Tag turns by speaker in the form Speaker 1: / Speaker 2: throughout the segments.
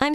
Speaker 1: I'm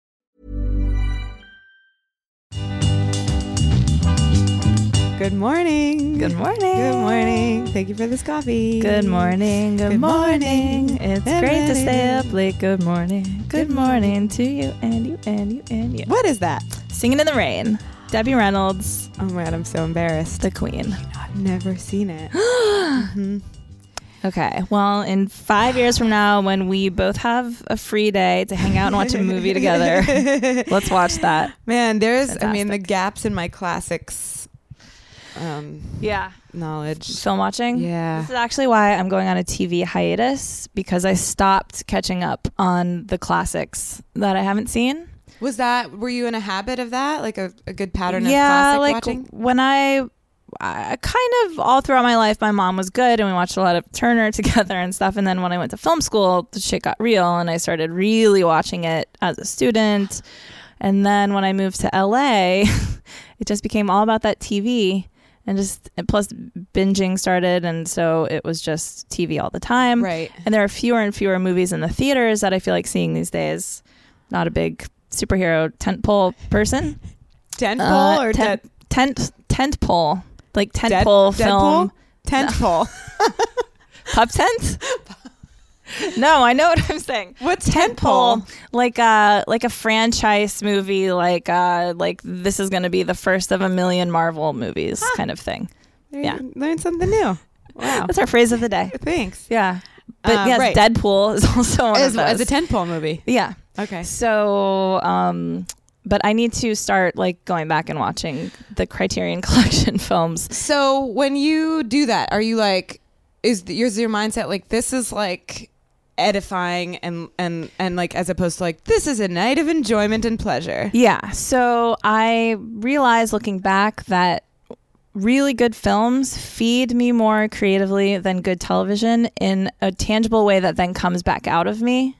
Speaker 2: Good morning.
Speaker 3: Good morning.
Speaker 2: Good morning. Thank you for this coffee.
Speaker 3: Good morning. Good,
Speaker 2: Good
Speaker 3: morning.
Speaker 2: morning.
Speaker 3: It's
Speaker 2: Good
Speaker 3: great to stay
Speaker 2: morning.
Speaker 3: up late. Good morning. Good morning to you and you and you and you.
Speaker 2: What is that?
Speaker 3: Singing in the rain. Debbie Reynolds,
Speaker 2: Oh my god, I'm so embarrassed.
Speaker 3: the queen.
Speaker 2: I've never seen it.
Speaker 3: Okay. Well, in five years from now, when we both have a free day to hang out and watch a movie together, let's watch that.
Speaker 2: Man, there's I mean the gaps in my classics um
Speaker 3: Yeah.
Speaker 2: knowledge.
Speaker 3: Film watching.
Speaker 2: Yeah.
Speaker 3: This is actually why I'm going on a TV hiatus because I stopped catching up on the classics that I haven't seen.
Speaker 2: Was that were you in a habit of that? Like a, a good pattern of classic
Speaker 3: like uh,
Speaker 2: watching?
Speaker 3: when I, I kind of all throughout my life, my mom was good, and we watched a lot of Turner together and stuff. And then when I went to film school, the shit got real, and I started really watching it as a student. And then when I moved to LA, it just became all about that TV. And just and plus binging started, and so it was just TV all the time.
Speaker 2: Right.
Speaker 3: And there are fewer and fewer movies in the theaters that I feel like seeing these days. Not a big superhero tentpole person.
Speaker 2: Tentpole
Speaker 3: Uh,
Speaker 2: or
Speaker 3: tent,
Speaker 2: dead-
Speaker 3: tent tent pole like tent
Speaker 2: dead-
Speaker 3: pole
Speaker 2: Deadpool?
Speaker 3: film
Speaker 2: Tentpole.
Speaker 3: pub tent. no, I know what I'm saying.
Speaker 2: What's
Speaker 3: Tent
Speaker 2: tentpole?
Speaker 3: pole like a like a franchise movie like uh like this is going to be the first of a million Marvel movies kind of thing. Yeah.
Speaker 2: Learn something new. Wow.
Speaker 3: That's our phrase of the day.
Speaker 2: Thanks.
Speaker 3: Yeah. But
Speaker 2: Oh. Uh,
Speaker 3: yes,
Speaker 2: right.
Speaker 3: Deadpool is also one
Speaker 2: As,
Speaker 3: of
Speaker 2: as
Speaker 3: those.
Speaker 2: a tentpole movie.
Speaker 3: yeah.
Speaker 2: Okay.
Speaker 3: So, um, but I need to start like going back and watching the Criterion Collection films
Speaker 2: So when you do that, are you like, is th- is your mindset like this is like edifying and and and like as opposed to like this is a night of enjoyment and pleasure?
Speaker 3: Yeah. So I realized looking back that really good films feed me more creatively than good television in a tangible way that then comes back out of me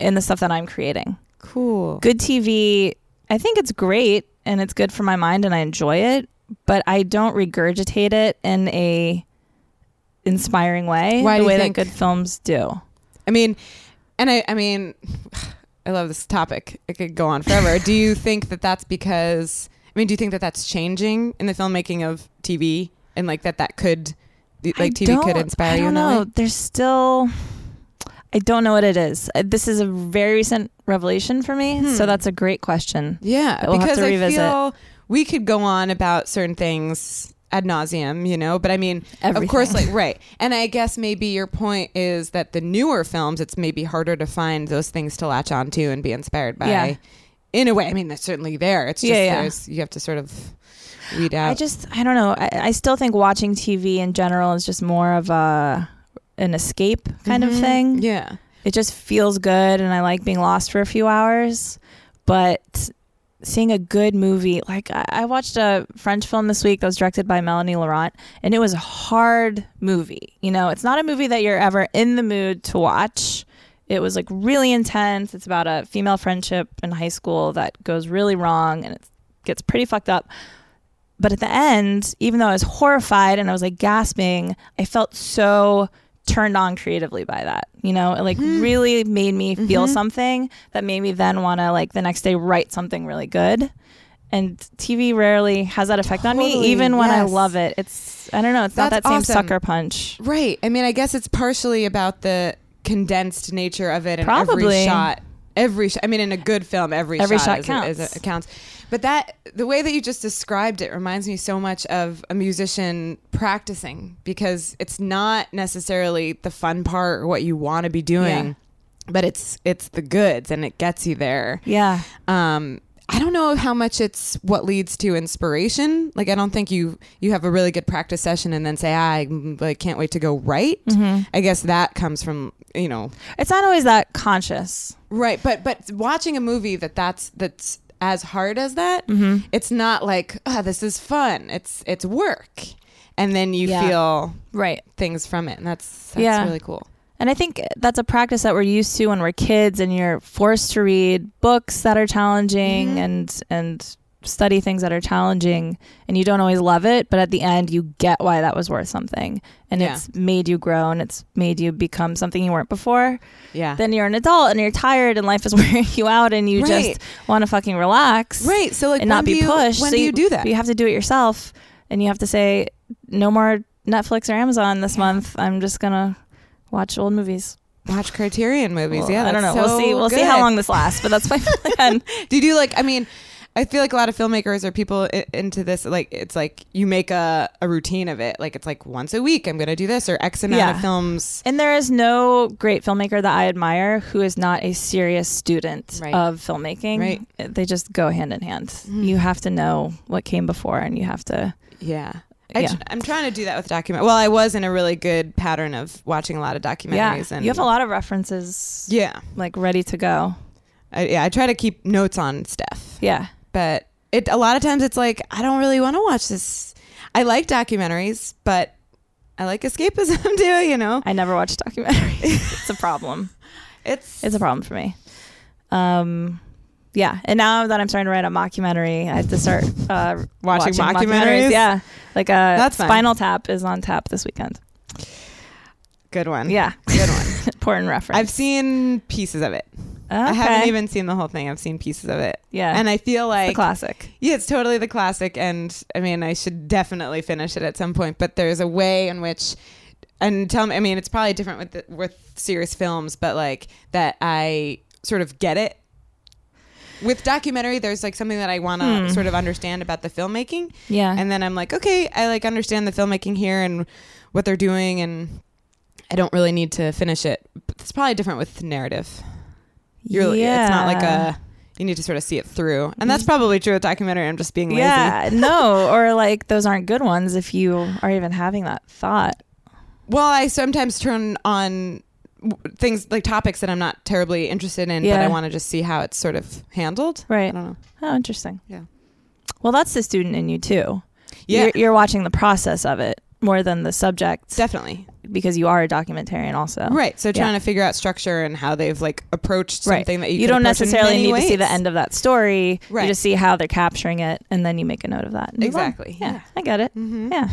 Speaker 3: in the stuff that I'm creating.
Speaker 2: Cool.
Speaker 3: Good TV, I think it's great and it's good for my mind and I enjoy it, but I don't regurgitate it in a inspiring way
Speaker 2: Why
Speaker 3: the
Speaker 2: do you
Speaker 3: way
Speaker 2: think-
Speaker 3: that good films do.
Speaker 2: I mean, and I I mean, I love this topic. It could go on forever. do you think that that's because? I mean, do you think that that's changing in the filmmaking of TV and like that that could like
Speaker 3: I
Speaker 2: TV could
Speaker 3: don't-
Speaker 2: inspire
Speaker 3: I
Speaker 2: you?
Speaker 3: don't
Speaker 2: in that
Speaker 3: know.
Speaker 2: way?
Speaker 3: There's still. I don't know what it is. Uh, This is a very recent revelation for me, so that's a great question.
Speaker 2: Hmm. Yeah,
Speaker 3: We'll have
Speaker 2: because
Speaker 3: to revisit.
Speaker 2: I feel we could go on about certain things ad nauseum, you know. But I mean, of course, like
Speaker 3: Everything.
Speaker 2: right. And I guess maybe your point is that the newer films, it's maybe harder to find those things to latch onto and be inspired by.
Speaker 3: Yeah.
Speaker 2: In a way, I mean, that's certainly there. It's just
Speaker 3: Yeah, yeah.
Speaker 2: there's you have to sort of weed out.
Speaker 3: I just, I don't know. I, I still think watching TV in general is just more of a an escape kind of thing.
Speaker 2: Mm-hmm. yeah.
Speaker 3: It just feels good, and I like being lost for a few hours. But seeing a good movie, like I, I watched a French film this week that was directed by Melanie Laurent, and it was a hard movie. You know, it's not a movie that you're ever in the mood to watch. It was like really intense. It's about a female friendship in high school that goes really wrong and it gets pretty fucked up. But at the end, even though I was horrified and I was like gasping, I felt so turned on creatively by that. You know, it like
Speaker 2: Mm-hmm.
Speaker 3: really made me feel something that made me then want to like the next day write something really good. And TV rarely has that effect on
Speaker 2: Totally,
Speaker 3: me, even when I
Speaker 2: yes.
Speaker 3: love it. It's I don't know. It's not
Speaker 2: That's
Speaker 3: that same
Speaker 2: awesome.
Speaker 3: sucker punch.
Speaker 2: Right. I mean, I guess it's partially about the condensed nature of it and every
Speaker 3: Probably.
Speaker 2: shot Every sh- I mean, in a good film, every,
Speaker 3: Every shot
Speaker 2: shot, is a- is a-
Speaker 3: counts.
Speaker 2: counts. But that the way that you just described it reminds me so much of a musician practicing because it's not necessarily the fun part or what you want to be doing,
Speaker 3: Yeah.
Speaker 2: but it's it's the goods and it gets you there.
Speaker 3: Yeah.
Speaker 2: Um, I don't know how much it's what leads to inspiration. Like, I don't think you you have a really good practice session and then say, ah, I, mm, I can't wait to go right. I guess that comes from you know
Speaker 3: It's not always that conscious.
Speaker 2: Right, but but watching a movie that that's that's as hard as that, it's not like oh, this is fun. It's it's work, and then you
Speaker 3: Yeah.
Speaker 2: feel
Speaker 3: Right.
Speaker 2: things from it, and that's that's
Speaker 3: Yeah.
Speaker 2: really cool.
Speaker 3: And I think that's a practice that we're used to when we're kids and you're forced to read books that are challenging
Speaker 2: Mm-hmm.
Speaker 3: and and study things that are challenging and you don't always love it, but at the end you get why that was worth something. And
Speaker 2: Yeah.
Speaker 3: it's made you grow and it's made you become something you weren't before.
Speaker 2: Yeah.
Speaker 3: Then you're an adult and you're tired and life is wearing you out and you
Speaker 2: Right.
Speaker 3: just want to fucking relax.
Speaker 2: Right, so, like,
Speaker 3: and
Speaker 2: when
Speaker 3: not
Speaker 2: do
Speaker 3: be
Speaker 2: you-
Speaker 3: pushed.
Speaker 2: when
Speaker 3: So
Speaker 2: do you do that?
Speaker 3: You have to do it yourself and you have to say no more Netflix or Amazon this month. I'm just going to watch old movies.
Speaker 2: Watch Criterion movies.
Speaker 3: Well,
Speaker 2: yeah,
Speaker 3: I don't know.
Speaker 2: that's
Speaker 3: we'll
Speaker 2: so
Speaker 3: see. We'll see how
Speaker 2: good.
Speaker 3: long this lasts, but that's my plan.
Speaker 2: Do you do like? I mean, I feel like a lot of filmmakers or people i- into this. Like, it's like you make a, a routine of it. Like, it's like once a week I'm going to do this or X amount of
Speaker 3: Yeah.
Speaker 2: films.
Speaker 3: and there is no great filmmaker that I admire who is not a serious student
Speaker 2: Right.
Speaker 3: of filmmaking.
Speaker 2: Right. Mm.
Speaker 3: They just go hand in hand. You have to know what came before, and you have to.
Speaker 2: Yeah. I
Speaker 3: Yeah.
Speaker 2: tr- I'm trying to do that with document. Well, I was in a really good pattern of watching a lot of
Speaker 3: Yeah,
Speaker 2: documentaries. and
Speaker 3: you have a lot of references,
Speaker 2: Yeah,
Speaker 3: like ready to go.
Speaker 2: I, yeah. I try to keep notes on stuff,
Speaker 3: Yeah,
Speaker 2: but it a lot of times it's like I don't really want to watch this. I like documentaries, but I like escapism too. You know,
Speaker 3: I never watch documentaries. it's a problem.
Speaker 2: it's
Speaker 3: It's a problem for me. Um, yeah, and now that I'm starting to write a mockumentary, I have to start uh,
Speaker 2: Watching
Speaker 3: watching,
Speaker 2: mockumentaries?
Speaker 3: mockumentaries. Yeah, like a
Speaker 2: That's fun.
Speaker 3: Spinal Tap is on tap this weekend.
Speaker 2: good one.
Speaker 3: Yeah,
Speaker 2: Mm, good one.
Speaker 3: important reference.
Speaker 2: I've seen pieces of it. I
Speaker 3: Okay.
Speaker 2: haven't even seen the whole thing. I've seen pieces of it.
Speaker 3: Yeah.
Speaker 2: and I feel
Speaker 3: It's
Speaker 2: like
Speaker 3: the classic.
Speaker 2: Yeah, it's totally the classic. And I mean, I should definitely finish it at some point, but there's a way in which, and tell me, I mean, it's probably different with, the, with serious films, but like that I sort of get it. With documentary, there's like something that I want to sort of understand about the filmmaking.
Speaker 3: Hmm. Yeah.
Speaker 2: And then I'm like, okay, I like understand the filmmaking here and what they're doing, and I don't really need to finish it. But it's probably different with narrative. You're, It's not like
Speaker 3: Yeah.
Speaker 2: a. You need to sort of see it through, and that's probably true with documentary. I'm just being lazy.
Speaker 3: Yeah, no, or like those aren't good ones if you are even having that thought.
Speaker 2: Well, I sometimes turn on w- things like topics that I'm not terribly interested in, but
Speaker 3: Yeah.
Speaker 2: I want to just see how it's sort of handled.
Speaker 3: Right.
Speaker 2: I don't know.
Speaker 3: Oh, interesting.
Speaker 2: Mm. Yeah.
Speaker 3: Well, that's the student in you too.
Speaker 2: Yeah.
Speaker 3: You're, you're watching the process of it more than the subject
Speaker 2: Definitely.
Speaker 3: because you are a documentarian also.
Speaker 2: Right. So
Speaker 3: Yeah.
Speaker 2: trying to figure out structure and how they've like approached something that you,
Speaker 3: don't necessarily need to see the end of that story.
Speaker 2: Right.
Speaker 3: You just see how they're capturing it, and then you make a note of that. and move on.
Speaker 2: Exactly,
Speaker 3: Yeah,
Speaker 2: yeah. Mm-hmm.
Speaker 3: I get it. Yeah.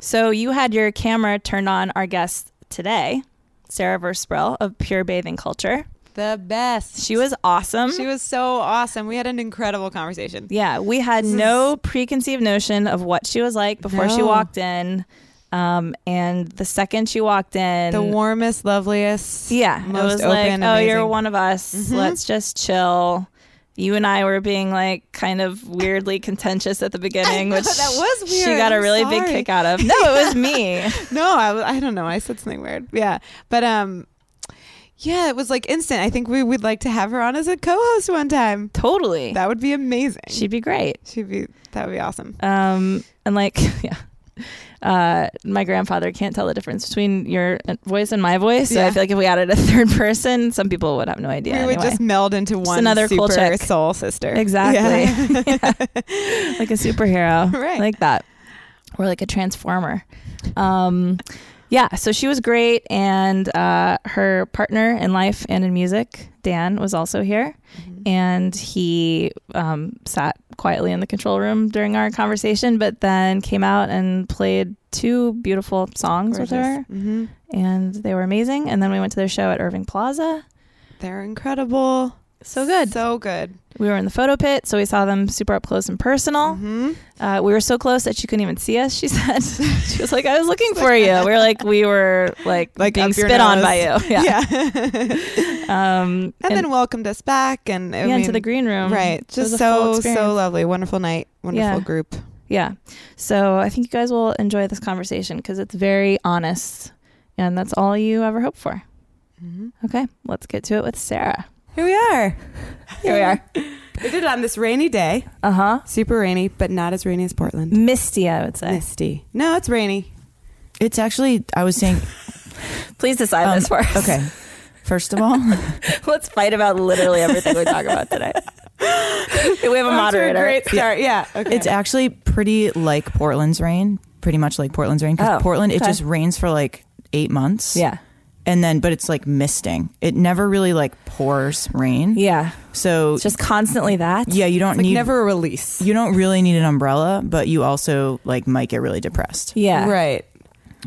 Speaker 3: So you had your camera turned on our guest today, Sarah Versprill of Pure Bathing Culture.
Speaker 2: The best.
Speaker 3: She was awesome.
Speaker 2: She was so awesome. We had an incredible conversation.
Speaker 3: Mm-hmm. Yeah, we had no preconceived notion of what she was like before she
Speaker 2: No.
Speaker 3: walked in. Um, and the second she walked in,
Speaker 2: The warmest, loveliest.
Speaker 3: Yeah,
Speaker 2: Most
Speaker 3: it was
Speaker 2: open.
Speaker 3: like, oh, you're
Speaker 2: amazing. Mm-hmm.
Speaker 3: one of us. Let's just chill. You and I were being like kind of weirdly contentious at the beginning,
Speaker 2: know,
Speaker 3: which
Speaker 2: that was
Speaker 3: She
Speaker 2: weird.
Speaker 3: got a
Speaker 2: I'm
Speaker 3: really big
Speaker 2: sorry.
Speaker 3: kick out of. No, it was me.
Speaker 2: no, I, w- I don't know. I said something weird. Yeah. But um yeah, it was like instant. I think we would like to have her on as a co-host one time.
Speaker 3: totally,
Speaker 2: That would be amazing.
Speaker 3: she'd be great.
Speaker 2: She'd be that would be awesome.
Speaker 3: Um, and like, yeah. Uh, my grandfather can't tell the difference between your uh, voice and my voice. So
Speaker 2: Yeah.
Speaker 3: I feel like if we added a third person, some people would have no idea.
Speaker 2: we
Speaker 3: anyway.
Speaker 2: would just meld into one
Speaker 3: another
Speaker 2: super
Speaker 3: Kolchak.
Speaker 2: soul sister.
Speaker 3: Exactly. like a superhero.
Speaker 2: Right.
Speaker 3: Like that. Or like a transformer. Um, yeah, so she was great. And uh, her partner in life and in music, Dan, was also here.
Speaker 2: Mm-hmm.
Speaker 3: And he um, sat quietly in the control room during our conversation, but then came out and played two beautiful songs with her.
Speaker 2: hmm
Speaker 3: And they were amazing. And then we went to their show at Irving Plaza.
Speaker 2: They're incredible.
Speaker 3: So good.
Speaker 2: So good.
Speaker 3: We were in the photo pit, so we saw them super up close
Speaker 2: Mm-hmm.
Speaker 3: and personal. Uh, we were so close that she couldn't even see us. She said, "She was like, I was looking for you." We were like, we were like,
Speaker 2: Like
Speaker 3: being
Speaker 2: up your
Speaker 3: spit on
Speaker 2: nose.
Speaker 3: by you. Yeah. Um,
Speaker 2: and, then welcomes us back and I
Speaker 3: yeah, into
Speaker 2: mean,
Speaker 3: the green room.
Speaker 2: Right.
Speaker 3: It was
Speaker 2: Just
Speaker 3: a full
Speaker 2: so
Speaker 3: experience.
Speaker 2: so lovely. Wonderful night. Wonderful
Speaker 3: Yeah.
Speaker 2: group.
Speaker 3: Yeah. So I think you guys will enjoy this conversation because it's very honest, and that's all you ever hope for.
Speaker 2: Mm-hmm.
Speaker 3: Okay, let's get to it with Sarah.
Speaker 4: Here we are.
Speaker 3: Here we are.
Speaker 4: We did it on this rainy day.
Speaker 3: Uh huh.
Speaker 2: Super rainy, but not as rainy as Portland.
Speaker 3: Misty, I would say.
Speaker 2: Misty. No, it's rainy.
Speaker 4: It's actually, I was saying,
Speaker 3: Please decide
Speaker 4: um,
Speaker 3: this for us.
Speaker 4: okay. First of all,
Speaker 3: Let's fight about literally everything we talk about today. we have a moderator.
Speaker 2: Great start. Yeah. Okay.
Speaker 4: it's actually pretty like Portland's rain, pretty much like Portland's rain. 'cause
Speaker 3: Oh,
Speaker 4: Portland, it
Speaker 3: okay.
Speaker 4: just rains for like eight months.
Speaker 3: Yeah.
Speaker 4: And then, but it's like misting. It never really like pours rain.
Speaker 3: Yeah.
Speaker 4: So,
Speaker 3: It's just constantly that.
Speaker 4: yeah, you don't
Speaker 2: like
Speaker 4: need,
Speaker 2: never a release.
Speaker 4: you don't really need an umbrella, but you also like might get really depressed.
Speaker 3: Yeah.
Speaker 2: Right.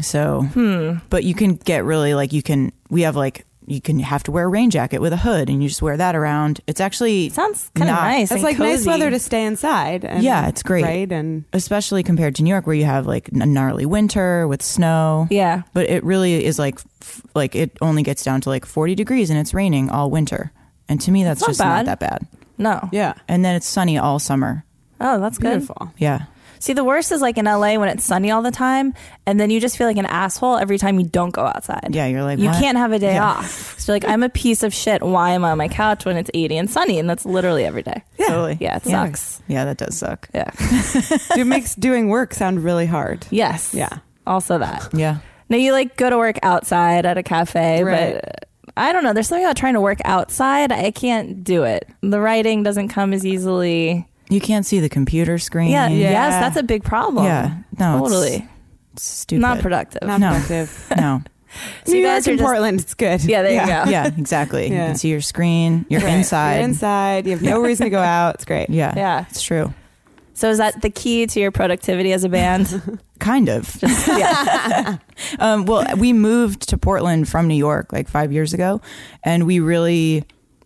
Speaker 4: So,
Speaker 3: Hmm.
Speaker 4: but you can get really like you can. We have like you can have to wear a rain jacket with a hood, and you just wear that around. It's actually
Speaker 3: Sounds kind of
Speaker 4: not-
Speaker 3: nice.
Speaker 2: It's
Speaker 3: and
Speaker 2: like nice
Speaker 3: cozy.
Speaker 2: weather to stay inside. And,
Speaker 4: Yeah, it's great.
Speaker 2: Right. And
Speaker 4: especially compared to New York, where you have like a gnarly winter with snow.
Speaker 3: Yeah.
Speaker 4: but it really is like f- like it only gets down to like forty degrees, and it's raining all winter. And to me, that's
Speaker 3: not
Speaker 4: just not
Speaker 3: bad.
Speaker 4: that bad.
Speaker 3: No.
Speaker 2: yeah.
Speaker 4: And then it's sunny all summer.
Speaker 3: Oh, that's good.
Speaker 2: Beautiful.
Speaker 4: Yeah,
Speaker 3: See, the worst is like in LA when it's sunny all the time, and then you just feel like an asshole every time you don't go outside.
Speaker 4: Yeah, you're like,
Speaker 3: you
Speaker 4: "What?"
Speaker 3: can't have a day
Speaker 4: Yeah.
Speaker 3: off. So you're like, I'm a piece of shit. Why am I on my couch when it's 80 and sunny? And that's literally every day.
Speaker 4: yeah, totally.
Speaker 3: Yeah, it sucks.
Speaker 4: Yeah, that does suck.
Speaker 3: Yeah.
Speaker 2: it makes doing work sound really hard.
Speaker 3: yes.
Speaker 2: Yeah.
Speaker 3: Also that.
Speaker 4: Yeah,
Speaker 3: Now you like go to work outside at a cafe,
Speaker 2: Right.
Speaker 3: but I don't know. There's something about trying to work outside. I can't do it. The writing doesn't come as easily.
Speaker 4: you can't see the computer screen.
Speaker 3: Yeah.
Speaker 2: Yeah.
Speaker 3: Yes, that's a big problem.
Speaker 4: Yeah. No, it's
Speaker 3: Totally.
Speaker 4: stupid.
Speaker 3: Not productive.
Speaker 2: Not
Speaker 4: No.
Speaker 2: productive.
Speaker 4: no.
Speaker 3: So
Speaker 2: New
Speaker 3: you
Speaker 2: York
Speaker 3: guys are
Speaker 2: and
Speaker 3: just-
Speaker 2: Portland, it's good.
Speaker 3: Yeah, there you go.
Speaker 4: yeah, exactly. You
Speaker 2: Yeah.
Speaker 4: can see your screen. You're
Speaker 3: Right.
Speaker 4: inside.
Speaker 2: You're inside. You have no reason to go out. It's great.
Speaker 4: Yeah.
Speaker 3: Yeah.
Speaker 4: It's true.
Speaker 3: So is that the key to your productivity as a band?
Speaker 4: Kind of.
Speaker 3: yeah.
Speaker 4: Um, well, we moved to Portland from New York like five years ago, and we really,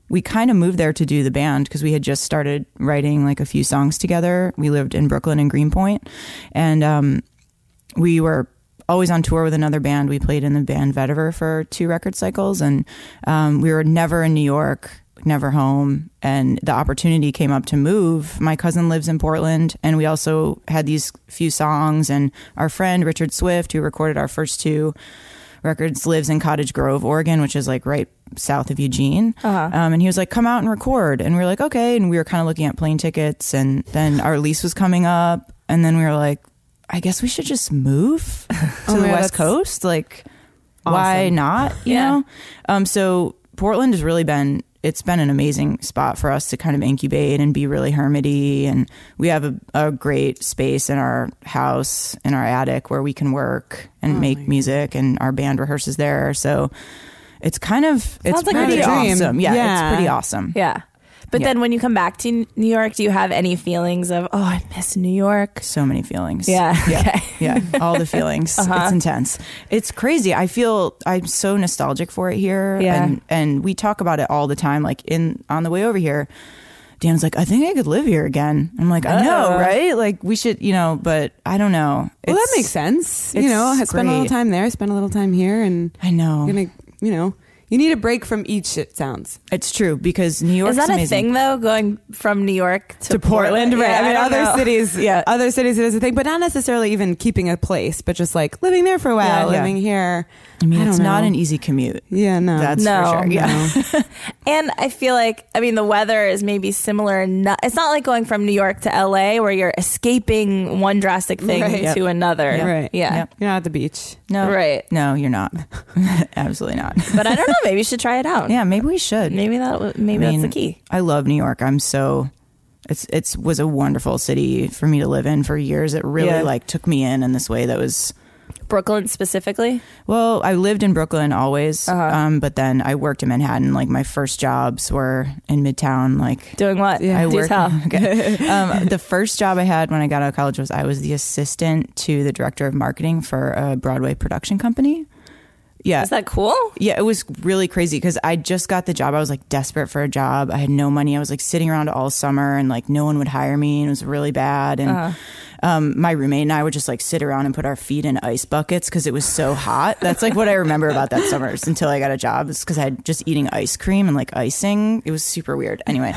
Speaker 4: we kind of moved there to do the band because we had just started writing like a few songs together. We lived in Brooklyn and Greenpoint, and um, we were always on tour with another band. We played in the band Vetiver for two record cycles, and um, we were never in New York, never home. And the opportunity came up to move. My cousin lives in Portland, and we also had these few songs. And our friend Richard Swift, who recorded our first two records, lives in Cottage Grove, Oregon, which is like right south of Eugene. Um, and he was like, "Come out and record," and we were like, "Okay." And we were kind of looking at plane tickets, and then our lease was coming up, and then we were like. I guess we should just move to
Speaker 2: Oh
Speaker 4: the
Speaker 2: my God,
Speaker 4: West
Speaker 2: that's
Speaker 4: Coast. Like, why
Speaker 2: awesome.
Speaker 4: not? You
Speaker 3: Yeah.
Speaker 4: know? Um, so Portland has really been, it's been an amazing spot for us to kind of incubate and be really hermity. And we have a, a great space in our house, in our attic where we can work
Speaker 2: Oh
Speaker 4: and make music and our band rehearses there. So it's kind of, it's
Speaker 3: Sounds like a
Speaker 4: pretty
Speaker 2: dream.
Speaker 4: awesome. Yeah,
Speaker 2: Yeah.
Speaker 4: It's pretty awesome.
Speaker 3: Yeah. But
Speaker 4: Yeah.
Speaker 3: then when you come back to N- New York, do you have any feelings of, oh, I miss New York?
Speaker 4: So many feelings.
Speaker 3: Yeah.
Speaker 4: Yeah.
Speaker 3: Okay. Uh-huh.
Speaker 4: yeah. All the feelings. It's intense. It's crazy. I feel I'm so nostalgic for it here.
Speaker 3: Yeah.
Speaker 4: And and we talk about it all the time. Like in on the way over here, Dan's like, I think I could live here again. I'm like, I know,
Speaker 3: Uh-oh.
Speaker 4: right? Like we should, you know, but I don't know.
Speaker 2: Well, that
Speaker 4: It's-
Speaker 2: makes sense. You
Speaker 4: it's
Speaker 2: know, I spent a little
Speaker 4: great.
Speaker 2: time there, spent a little time here, and
Speaker 4: I know.
Speaker 2: I'm gonna, you know, you need a break from each. It sounds.
Speaker 4: It's true because New York's
Speaker 3: Is that a
Speaker 4: amazing.
Speaker 3: thing though, going from New York to,
Speaker 2: right?
Speaker 3: Yeah,
Speaker 2: I mean,
Speaker 3: don't
Speaker 2: other
Speaker 3: know.
Speaker 2: cities, yeah, other cities it is a thing, but not necessarily even keeping a place, but just like living there for a while,
Speaker 4: Yeah, yeah.
Speaker 2: living here.
Speaker 4: I mean,
Speaker 2: I
Speaker 4: it's
Speaker 2: don't
Speaker 4: not
Speaker 2: know.
Speaker 4: an easy commute.
Speaker 2: Yeah, no,
Speaker 4: That's
Speaker 3: No.
Speaker 4: for sure. Yeah.
Speaker 3: And I feel like, I mean, the weather is maybe similar. in no- It's not like going from New York to LA where you're escaping one drastic thing
Speaker 2: Right.
Speaker 3: to another.
Speaker 2: Yeah. Right.
Speaker 3: Yeah.
Speaker 4: Yep.
Speaker 2: you're not at the beach.
Speaker 4: No.
Speaker 3: Right.
Speaker 4: No, you're not. Absolutely not.
Speaker 3: But I don't know. Maybe you should try it out.
Speaker 4: Yeah, maybe we should.
Speaker 3: Maybe that. w- Maybe
Speaker 4: mean,
Speaker 3: that's the key.
Speaker 4: I love New York. I'm so it's it's was a wonderful city for me to live in for years. It really
Speaker 3: Yeah.
Speaker 4: like took me in in this way that was
Speaker 3: Brooklyn specifically.
Speaker 4: well, I lived in Brooklyn always,
Speaker 3: Uh-huh.
Speaker 4: um, but then I worked in Manhattan. Like my first jobs were in Midtown. Like
Speaker 3: Doing what?
Speaker 4: I
Speaker 3: Do
Speaker 4: worked.
Speaker 3: tell.
Speaker 4: Okay. Um, the first job I had when I got out of college was I was the assistant to the director of marketing for a Broadway production company. Yeah.
Speaker 3: Is that cool?
Speaker 4: Yeah, it was really crazy because I just got the job. I was like desperate for a job. I had no money. I was like sitting around all summer and like no one would hire me and it was really bad. And um, my roommate and I would just like sit around and put our feet in ice buckets because it was so hot. That's like what I remember about that summer is until I got a job is because I had just eating ice cream and like icing. It was super weird. Anyway,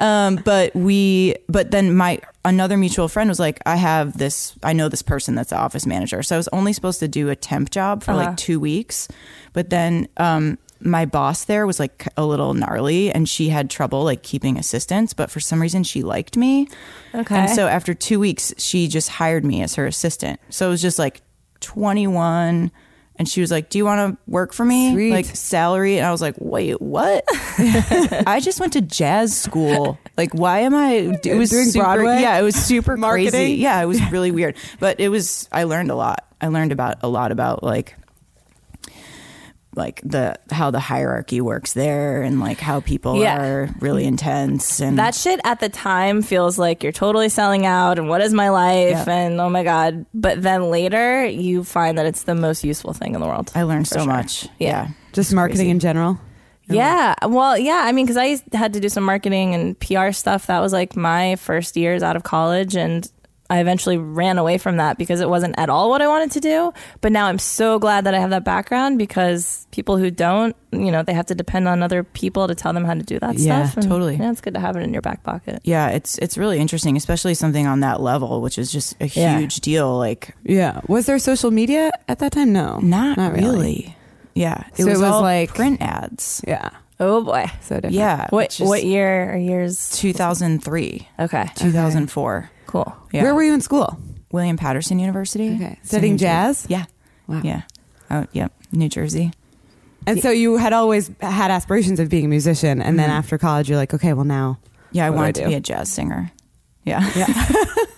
Speaker 4: um, but we, but then my, another mutual friend was like, I have this, I know this person that's the office manager. So I was only supposed to do a temp job for like two weeks. But then um, my boss there was like a little gnarly and she had trouble like keeping assistants. But for some reason, she liked me.
Speaker 3: Okay.
Speaker 4: And so after two weeks, she just hired me as her assistant. So it was just like 21. And she was like, Do you want to work for me?
Speaker 2: Sweet.
Speaker 4: Like salary. And I was like, Wait, what? I just went to jazz school. Like, why am I it was
Speaker 2: Doing
Speaker 4: super,
Speaker 2: Broadway?
Speaker 4: Yeah, it was super
Speaker 2: Marketing?
Speaker 4: crazy. Yeah, it was really weird. But it was I learned a lot. I learned about a lot about like like the how the hierarchy works there and like how people
Speaker 3: Yeah.
Speaker 4: are really intense and
Speaker 3: That shit at the time feels like you're totally selling out and what is my life
Speaker 4: Yeah.
Speaker 3: and oh my god. But then later you find that it's the most useful thing in the world.
Speaker 4: I learned so
Speaker 3: sure.
Speaker 4: much.
Speaker 3: Yeah.
Speaker 2: Just marketing in general.
Speaker 3: Yeah. Well, yeah. I mean, because I used- had to do some marketing and PR stuff. That was like my first years out of college. And I eventually ran away from that because it wasn't at all what I wanted to do. But now I'm so glad that I have that background because people who don't, you know, they have to depend on other people to tell them how to do that
Speaker 4: Yeah,
Speaker 3: stuff. And,
Speaker 4: totally.
Speaker 3: Yeah, it's good to have it in your back pocket.
Speaker 4: Yeah, it's it's really interesting, especially something on that level, which is just a
Speaker 3: Yeah.
Speaker 4: huge deal. Like,
Speaker 2: Yeah. Was there social media at that time? No.
Speaker 4: not, really. Yeah,
Speaker 2: So it was
Speaker 4: all
Speaker 2: like-
Speaker 4: print ads.
Speaker 2: Yeah.
Speaker 3: Oh boy.
Speaker 2: So different.
Speaker 4: Yeah,
Speaker 3: What what year or years?
Speaker 4: Two thousand three,
Speaker 3: Okay.
Speaker 4: two thousand four.
Speaker 3: Cool.
Speaker 4: Yeah,
Speaker 2: Where were you in school?
Speaker 4: William Patterson University.
Speaker 2: Okay.
Speaker 4: So
Speaker 2: Studying
Speaker 4: New Jer-
Speaker 2: jazz?
Speaker 4: Yeah,
Speaker 2: Wow.
Speaker 4: yeah. Oh, yep. New Jersey.
Speaker 2: And so you had always had aspirations of being a musician, and
Speaker 4: Mm-hmm.
Speaker 2: then after college, you're like, okay, well now.
Speaker 4: Yeah, I
Speaker 2: What do I
Speaker 4: wanted to
Speaker 2: do?
Speaker 4: be a jazz singer. Yeah, yeah,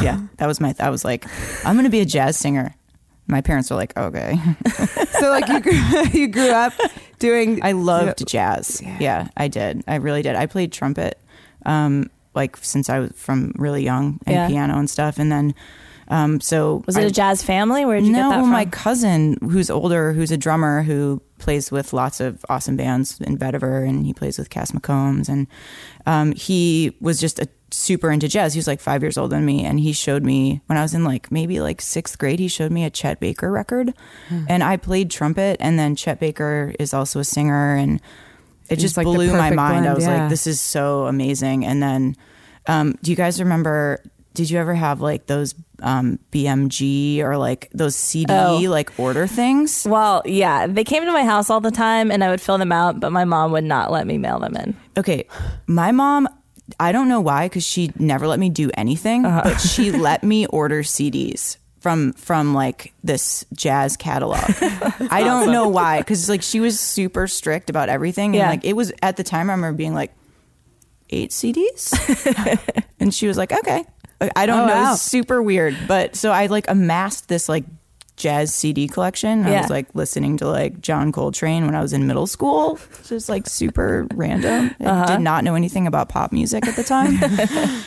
Speaker 4: yeah. That was my. I was like, I'm going to be a jazz singer. My parents were like, okay.
Speaker 2: So like you grew, you grew up doing.
Speaker 4: I loved jazz. Yeah. I did. I really did. I played trumpet, um, like since I was from really young, and
Speaker 3: Yeah.
Speaker 4: piano and stuff. And then, um, so
Speaker 3: Was it
Speaker 4: I-
Speaker 3: a jazz family? Where did you
Speaker 4: no,
Speaker 3: get that from?
Speaker 4: my cousin who's older, who's a drummer who plays with lots of awesome bands in Vetiver, and he plays with Cass McCombs, and um, he was just a super into jazz. He was like five years older than me, and he showed me when I was in like maybe like sixth grade. He showed me a Chet Baker record,
Speaker 3: Hmm.
Speaker 4: and I played trumpet, and then Chet Baker is also a singer, and it
Speaker 2: It's
Speaker 4: just
Speaker 2: like the
Speaker 4: blew my
Speaker 2: perfect
Speaker 4: mind. I
Speaker 2: blend,
Speaker 4: was
Speaker 2: yeah.
Speaker 4: like, this is so amazing. And then, um, do you guys remember? Did you ever have like those um, BMG or like those CD like order things?
Speaker 3: Well, yeah, they came to my house all the time, and I would fill them out, but my mom would not let me mail them in.
Speaker 4: Okay, my mom. I don't know why, because she never let me do anything,
Speaker 2: Uh-huh.
Speaker 4: but she let me order CDs from from like this jazz catalog. I don't know why, because like she was super strict about everything,
Speaker 3: Yeah.
Speaker 4: and like it was at the time. I remember being like eight CDs. And she was like, okay. Like, I don't
Speaker 2: Oh,
Speaker 4: know.
Speaker 2: wow.
Speaker 4: It's super weird. But so I like amassed this like jazz CD collection. I
Speaker 3: Yeah.
Speaker 4: was like listening to like John Coltrane when I was in middle school. It's Just like super random.
Speaker 3: Uh-huh.
Speaker 4: I did not know anything about pop music at the time.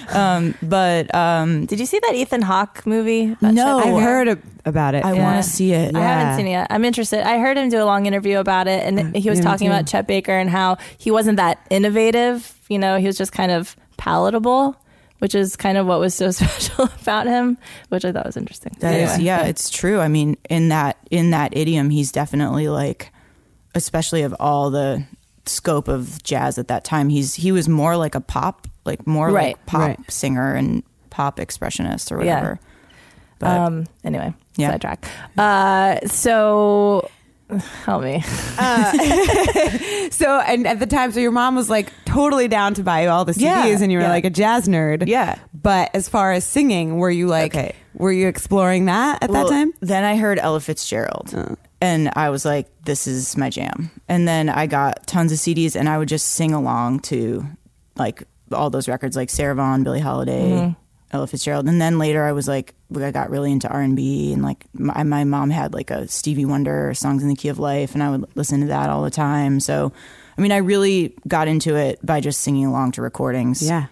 Speaker 4: um, but um,
Speaker 3: Did you see that Ethan Hawke movie? That
Speaker 4: No.
Speaker 3: shit-
Speaker 2: I've
Speaker 4: Oh,
Speaker 2: heard ab- about it.
Speaker 4: I
Speaker 2: Yeah.
Speaker 4: want to see it.
Speaker 3: I
Speaker 2: Yeah.
Speaker 3: haven't seen it yet. I'm interested. I heard him do a long interview about it, and he was
Speaker 2: yeah, me
Speaker 3: talking
Speaker 2: too.
Speaker 3: about Chet Baker and how he wasn't that innovative. You know, he was just kind of palatable, which is kind of what was so special about him, which I thought was interesting.
Speaker 4: That is, yeah, it's true. I mean, in that in that idiom, he's definitely like, especially of all the scope of jazz at that time, he's he was more like a pop, like more
Speaker 3: Right.
Speaker 4: like pop
Speaker 2: Right.
Speaker 4: singer and pop expressionist or
Speaker 3: Yeah.
Speaker 4: whatever. But
Speaker 3: Um. Anyway,
Speaker 4: Yeah.
Speaker 3: sidetrack. Uh. So, help me.
Speaker 2: So and at the time, so your mom was like totally down to buy you all the CDs,
Speaker 4: Yeah,
Speaker 2: and you were
Speaker 4: yeah.
Speaker 2: like a jazz nerd.
Speaker 4: Yeah.
Speaker 2: But as far as singing, were you like,
Speaker 4: Okay.
Speaker 2: were you exploring that at that
Speaker 4: Well,
Speaker 2: time? Oh.
Speaker 4: Then I heard Ella Fitzgerald, and I was like, "This is my jam." And then I got tons of CDs, and I would just sing along to like all those records, like Sarah Vaughan, Billie Holiday,
Speaker 2: Mm-hmm.
Speaker 4: Ella Fitzgerald. And then later, I was like, I got really into R and B, and like my, my mom had like a Stevie Wonder "Songs in the Key of Life," and I would listen to that all the time. So, I mean, I really got into it by just singing along to recordings.
Speaker 2: Yeah.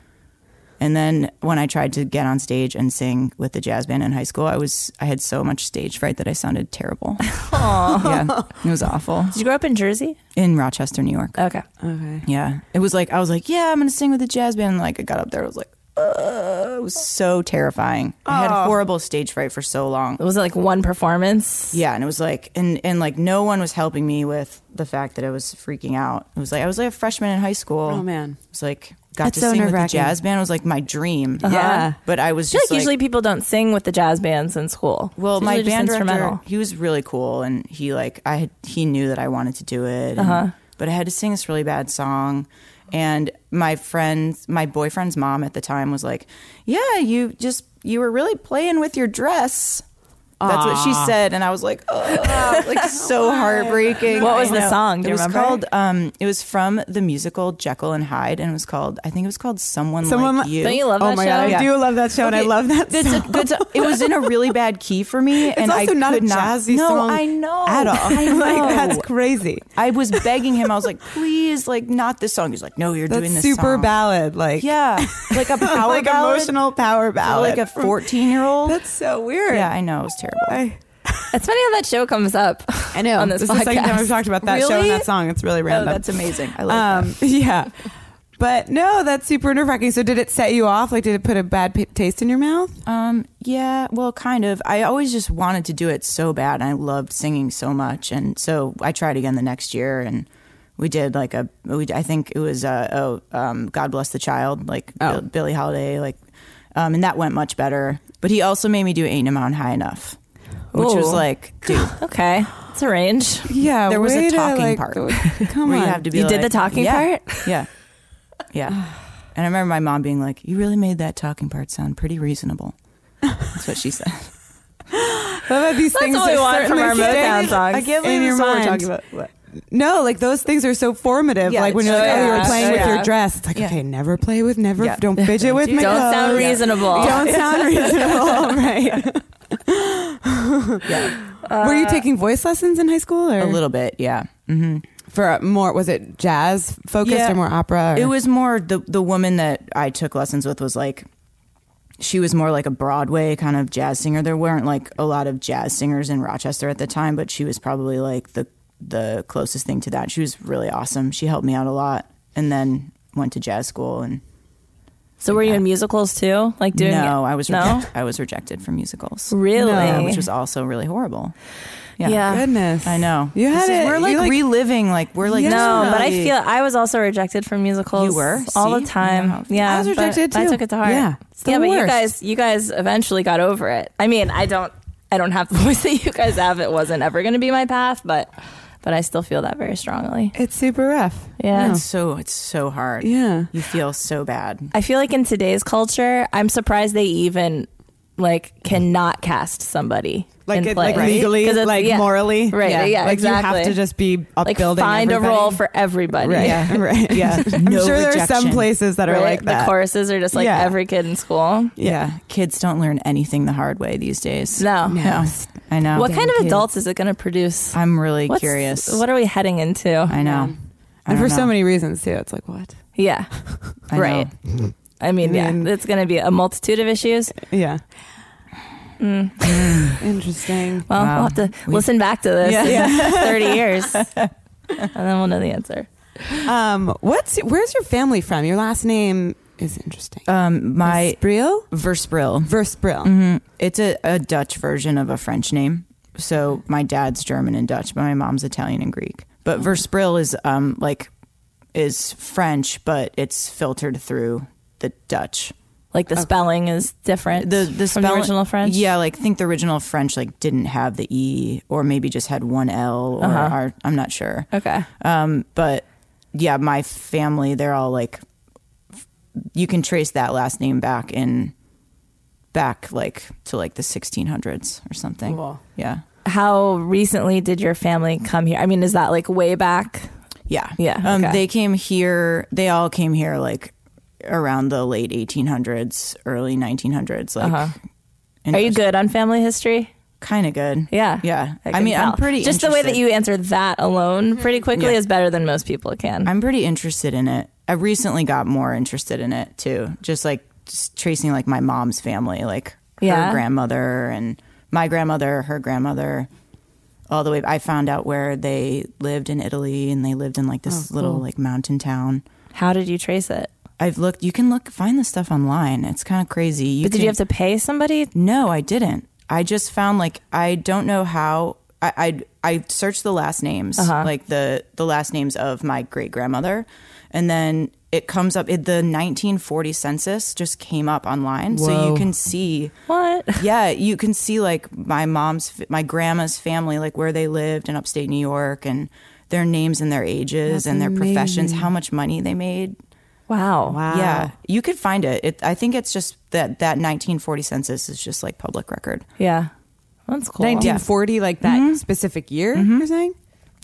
Speaker 4: And then when I tried to get on stage and sing with the jazz band in high school, I was I had so much stage fright that I sounded terrible. yeah, it was awful.
Speaker 3: Did you grow up in Jersey?
Speaker 4: In Rochester, New York.
Speaker 3: Okay.
Speaker 2: Okay.
Speaker 4: Yeah, it was like I was like, yeah, I'm gonna sing with the jazz band. Like I got up there, I was like, uh, it was so terrifying. I had horrible stage fright for so long.
Speaker 3: Was Oh. it like one performance?
Speaker 4: Yeah, and it was like, and and like no one was helping me with the fact that I was freaking out. It was like I was like a freshman in high school.
Speaker 2: Oh, man.
Speaker 4: it was like got
Speaker 2: That's
Speaker 4: to
Speaker 2: so
Speaker 4: sing with the
Speaker 2: nerve-wracking.
Speaker 4: jazz band. It was like my dream.
Speaker 2: Yeah.
Speaker 4: but I was
Speaker 3: Uh-huh. I feel
Speaker 4: just
Speaker 3: like,
Speaker 4: like,
Speaker 3: usually people don't sing with the jazz bands in school.
Speaker 4: Well,
Speaker 3: It's
Speaker 4: my
Speaker 3: usually just
Speaker 4: band director,
Speaker 3: instrumental.
Speaker 4: he was really cool, and he like I had, he knew that I wanted to do it, and-
Speaker 3: Uh-huh.
Speaker 4: but I had to sing this really bad song. And my friends, my boyfriend's mom at the time was like, "Yeah, you just you were really playing with your dress." That's what she said, and I was like, "Ugh," like so heartbreaking.
Speaker 3: What was the
Speaker 4: I know.
Speaker 3: song? Do
Speaker 4: it
Speaker 3: you
Speaker 4: was
Speaker 3: remember?
Speaker 4: called. Um, it was from the musical Jekyll and Hyde, and it was called. I think it was called Someone,
Speaker 2: Someone
Speaker 4: Like
Speaker 2: Li-
Speaker 4: You.
Speaker 3: Don't you love
Speaker 2: Oh
Speaker 3: that
Speaker 2: my
Speaker 3: show?
Speaker 2: god, I
Speaker 4: Yeah.
Speaker 2: do love that show, and I
Speaker 4: Okay,
Speaker 2: love that.
Speaker 4: that's a
Speaker 2: song.
Speaker 4: good song. It was in a really bad key for me, and
Speaker 2: also
Speaker 4: I
Speaker 2: not
Speaker 4: could
Speaker 2: a
Speaker 4: not.
Speaker 2: jazzy
Speaker 4: no,
Speaker 2: song
Speaker 4: I know
Speaker 2: at all.
Speaker 4: I know.
Speaker 2: like that's crazy.
Speaker 4: I was begging him. I was like, please, like not this song. He's like, no, you're doing
Speaker 2: That's
Speaker 4: this
Speaker 2: super
Speaker 4: song.
Speaker 2: ballad, like
Speaker 4: Yeah, like a power
Speaker 2: like
Speaker 4: ballad
Speaker 2: emotional power
Speaker 4: for,
Speaker 2: ballad,
Speaker 4: like a fourteen year old.
Speaker 2: That's so weird.
Speaker 4: Yeah, I know it was terrible.
Speaker 2: I,
Speaker 3: It's funny how that show comes up.
Speaker 2: I know.
Speaker 3: On this,
Speaker 2: is the second time
Speaker 3: podcast.
Speaker 2: we've talked about that show and
Speaker 3: Really?
Speaker 2: that song. It's really
Speaker 4: oh,
Speaker 2: random.
Speaker 4: that's amazing. I like
Speaker 2: um, yeah. But no, that's super nerve wracking. So did it set you off? Like, did it put a bad p- taste in your mouth?
Speaker 4: that. Um, yeah, well, kind of. I always just wanted to do it so bad. And I loved singing so much, and so I tried again the next year, and we did like a. We, I think it was uh, oh, um, God bless the child, like
Speaker 2: Oh.
Speaker 4: Bill- Billie Holiday, like, um, and that went much better. But he also made me do Ain't No Mountain High Enough, which was
Speaker 3: Ooh.
Speaker 4: like, dude.
Speaker 3: Okay, it's a range.
Speaker 2: Yeah,
Speaker 4: There was a
Speaker 2: way to,
Speaker 4: talking
Speaker 2: like,
Speaker 4: part.
Speaker 2: go- Come
Speaker 4: where
Speaker 2: on,
Speaker 4: you have to be
Speaker 3: You did
Speaker 4: like-
Speaker 3: the talking
Speaker 4: yeah,
Speaker 3: part?
Speaker 4: yeah yeah and i remember my mom being like you really made that talking part sound pretty reasonable that's what she said
Speaker 2: What about these
Speaker 3: That's
Speaker 2: things
Speaker 3: what
Speaker 2: that
Speaker 3: we want
Speaker 2: certainly
Speaker 3: from our
Speaker 2: stay
Speaker 3: Motown songs. I can't
Speaker 2: in
Speaker 3: believe
Speaker 2: your
Speaker 3: this is what we're
Speaker 2: mind.
Speaker 3: talking
Speaker 2: No, like those things are so formative.
Speaker 4: Yeah,
Speaker 2: like when you're
Speaker 4: it's
Speaker 2: like,
Speaker 4: true.
Speaker 2: oh, you were
Speaker 4: Yeah,
Speaker 2: playing
Speaker 4: it's
Speaker 2: with
Speaker 4: true.
Speaker 2: your dress. It's like,
Speaker 4: Yeah.
Speaker 2: okay, never play with, never,
Speaker 4: Yeah.
Speaker 2: don't fidget with my
Speaker 3: Don't
Speaker 2: clothes.
Speaker 3: sound reasonable.
Speaker 2: Don't sound reasonable, right?
Speaker 4: yeah Uh,
Speaker 2: were you taking voice lessons in high school, or
Speaker 4: a little bit yeah hmm
Speaker 2: for uh, more? Was it jazz focused
Speaker 4: Yeah.
Speaker 2: or more opera? Or?
Speaker 4: it was more the the woman that i took lessons with was like she was more like a broadway kind of jazz singer there weren't like a lot of jazz singers in rochester at the time but she was probably like the the closest thing to that she was really awesome she helped me out a lot and then went to jazz school and
Speaker 3: So were you in musicals too? Like doing?
Speaker 4: no, I was
Speaker 3: no.
Speaker 4: reject- I was rejected from musicals.
Speaker 3: Really?
Speaker 4: Yeah, which was also really horrible. Yeah.
Speaker 3: Yeah.
Speaker 2: goodness.
Speaker 4: uh, I know.
Speaker 2: You had
Speaker 4: This is-
Speaker 2: it.
Speaker 4: We're
Speaker 2: You,
Speaker 4: like,
Speaker 2: like-
Speaker 4: reliving. Like we're like
Speaker 3: No, but I
Speaker 2: Really?
Speaker 3: feel I was also rejected from musicals.
Speaker 4: You were?
Speaker 3: all
Speaker 4: See?
Speaker 3: the time.
Speaker 4: Wow.
Speaker 3: Yeah,
Speaker 2: I was
Speaker 3: but
Speaker 2: rejected,
Speaker 3: I
Speaker 2: too.
Speaker 3: took it to heart.
Speaker 2: Yeah. It's the
Speaker 3: yeah, but you
Speaker 2: worst.
Speaker 3: guys, you guys eventually got over it. I mean, I don't, I don't have the voice that you guys have. It wasn't ever going to be my path, but, but I still feel that very strongly.
Speaker 2: It's super rough.
Speaker 3: Yeah.
Speaker 4: It's so it's so hard.
Speaker 2: Yeah.
Speaker 4: You feel so bad.
Speaker 3: I feel like in today's culture, I'm surprised they even like cannot cast somebody
Speaker 2: Like,
Speaker 3: in
Speaker 2: it, like
Speaker 3: plays.
Speaker 2: legally,
Speaker 3: 'Cause it's-
Speaker 2: like
Speaker 3: yeah.
Speaker 2: morally,
Speaker 3: right? Yeah,
Speaker 2: like you
Speaker 3: exactly.
Speaker 2: have to just be up
Speaker 3: like
Speaker 2: building.
Speaker 3: find
Speaker 2: everybody.
Speaker 3: a role for everybody.
Speaker 2: Right. Yeah. Right.
Speaker 4: Yeah.
Speaker 2: I'm
Speaker 4: No
Speaker 2: sure there are some
Speaker 4: rejection.
Speaker 2: places that are
Speaker 3: Right?
Speaker 2: like that.
Speaker 3: The choruses are just like
Speaker 2: Yeah.
Speaker 3: every kid in school.
Speaker 4: Yeah. Kids don't learn anything the hard way these days.
Speaker 3: No.
Speaker 4: No. I know.
Speaker 3: What kind of
Speaker 4: Kids.
Speaker 3: adults is it going to produce?
Speaker 4: I'm really
Speaker 3: What's-
Speaker 4: curious.
Speaker 3: What are we heading into?
Speaker 4: I know. I
Speaker 2: and for
Speaker 4: don't
Speaker 2: so
Speaker 4: know.
Speaker 2: many reasons too. It's like what?
Speaker 3: Yeah.
Speaker 4: I know.
Speaker 3: right. I mean, yeah,
Speaker 2: mean-
Speaker 3: it's going to be a multitude of issues.
Speaker 2: Yeah.
Speaker 3: Mm.
Speaker 2: Interesting.
Speaker 3: Well,
Speaker 4: Wow.
Speaker 3: we'll have to
Speaker 4: We-
Speaker 3: listen back to this
Speaker 4: Yeah.
Speaker 3: in 30 years, and then we'll know the answer.
Speaker 2: Um, what's where's your family from? Your last name is interesting.
Speaker 4: Um, my
Speaker 2: Brill
Speaker 4: Verspril.
Speaker 2: Verspril.
Speaker 3: Mm-hmm.
Speaker 4: hmm It's a, a Dutch version of a French name. So my dad's German and Dutch, but my mom's Italian and Greek. But
Speaker 2: Oh.
Speaker 4: Verspril is um like is French, but it's filtered through the Dutch.
Speaker 3: Like the spelling is different.
Speaker 4: The the
Speaker 3: from
Speaker 4: spell-
Speaker 3: the original French.
Speaker 4: Yeah, like think the original French like didn't have the e or maybe just had one l or
Speaker 3: Uh-huh.
Speaker 4: R, I'm not sure.
Speaker 3: Okay.
Speaker 4: Um, but yeah, my family, they're all like, f- you can trace that last name back in, back like to like the 1600s or something.
Speaker 2: Cool.
Speaker 4: Yeah.
Speaker 3: How recently did your family come here? I mean, is that like way back?
Speaker 4: Yeah.
Speaker 3: Yeah,
Speaker 4: Um,
Speaker 3: okay.
Speaker 4: They came here, they all came here like around the late 1800s, early 1900s. Like,
Speaker 3: Uh-huh. Are you good on family history?
Speaker 4: Kind of good.
Speaker 3: Yeah.
Speaker 4: Yeah. I,
Speaker 3: can
Speaker 4: mean,
Speaker 3: tell.
Speaker 4: I'm pretty
Speaker 3: Just the way that
Speaker 4: interested. Mm-hmm.
Speaker 3: you answer that alone pretty quickly
Speaker 4: Yeah.
Speaker 3: is better than most people can.
Speaker 4: I'm pretty interested in it. I recently got more interested in it too. Just like just tracing like my mom's family, like her
Speaker 3: Yeah.
Speaker 4: grandmother and my grandmother, her grandmother, all the way. I found out where they lived in Italy, and they lived in like
Speaker 3: Oh,
Speaker 4: this little like mountain town.
Speaker 3: How did you trace it?
Speaker 4: I've looked. You can look find this stuff online. It's kind of crazy. You
Speaker 3: But did
Speaker 4: can-
Speaker 3: you have to pay somebody?
Speaker 4: No, I didn't. I just found like I don't know how I I, I searched the last names, like the the last names of my great grandmother, and then it comes up. It, the 1940 census just came up online, so you can see
Speaker 3: What?
Speaker 4: yeah, you can see like my mom's, my grandma's family, like where they lived in upstate New York and their names and their ages and their professions, how much money they made.
Speaker 3: Wow. Wow.
Speaker 4: Yeah, you could find it. it. I think it's just that that 1940 census is just like public record.
Speaker 3: Yeah. That's cool.
Speaker 2: 1940, like that
Speaker 3: Mm-hmm.
Speaker 2: specific year, you're saying?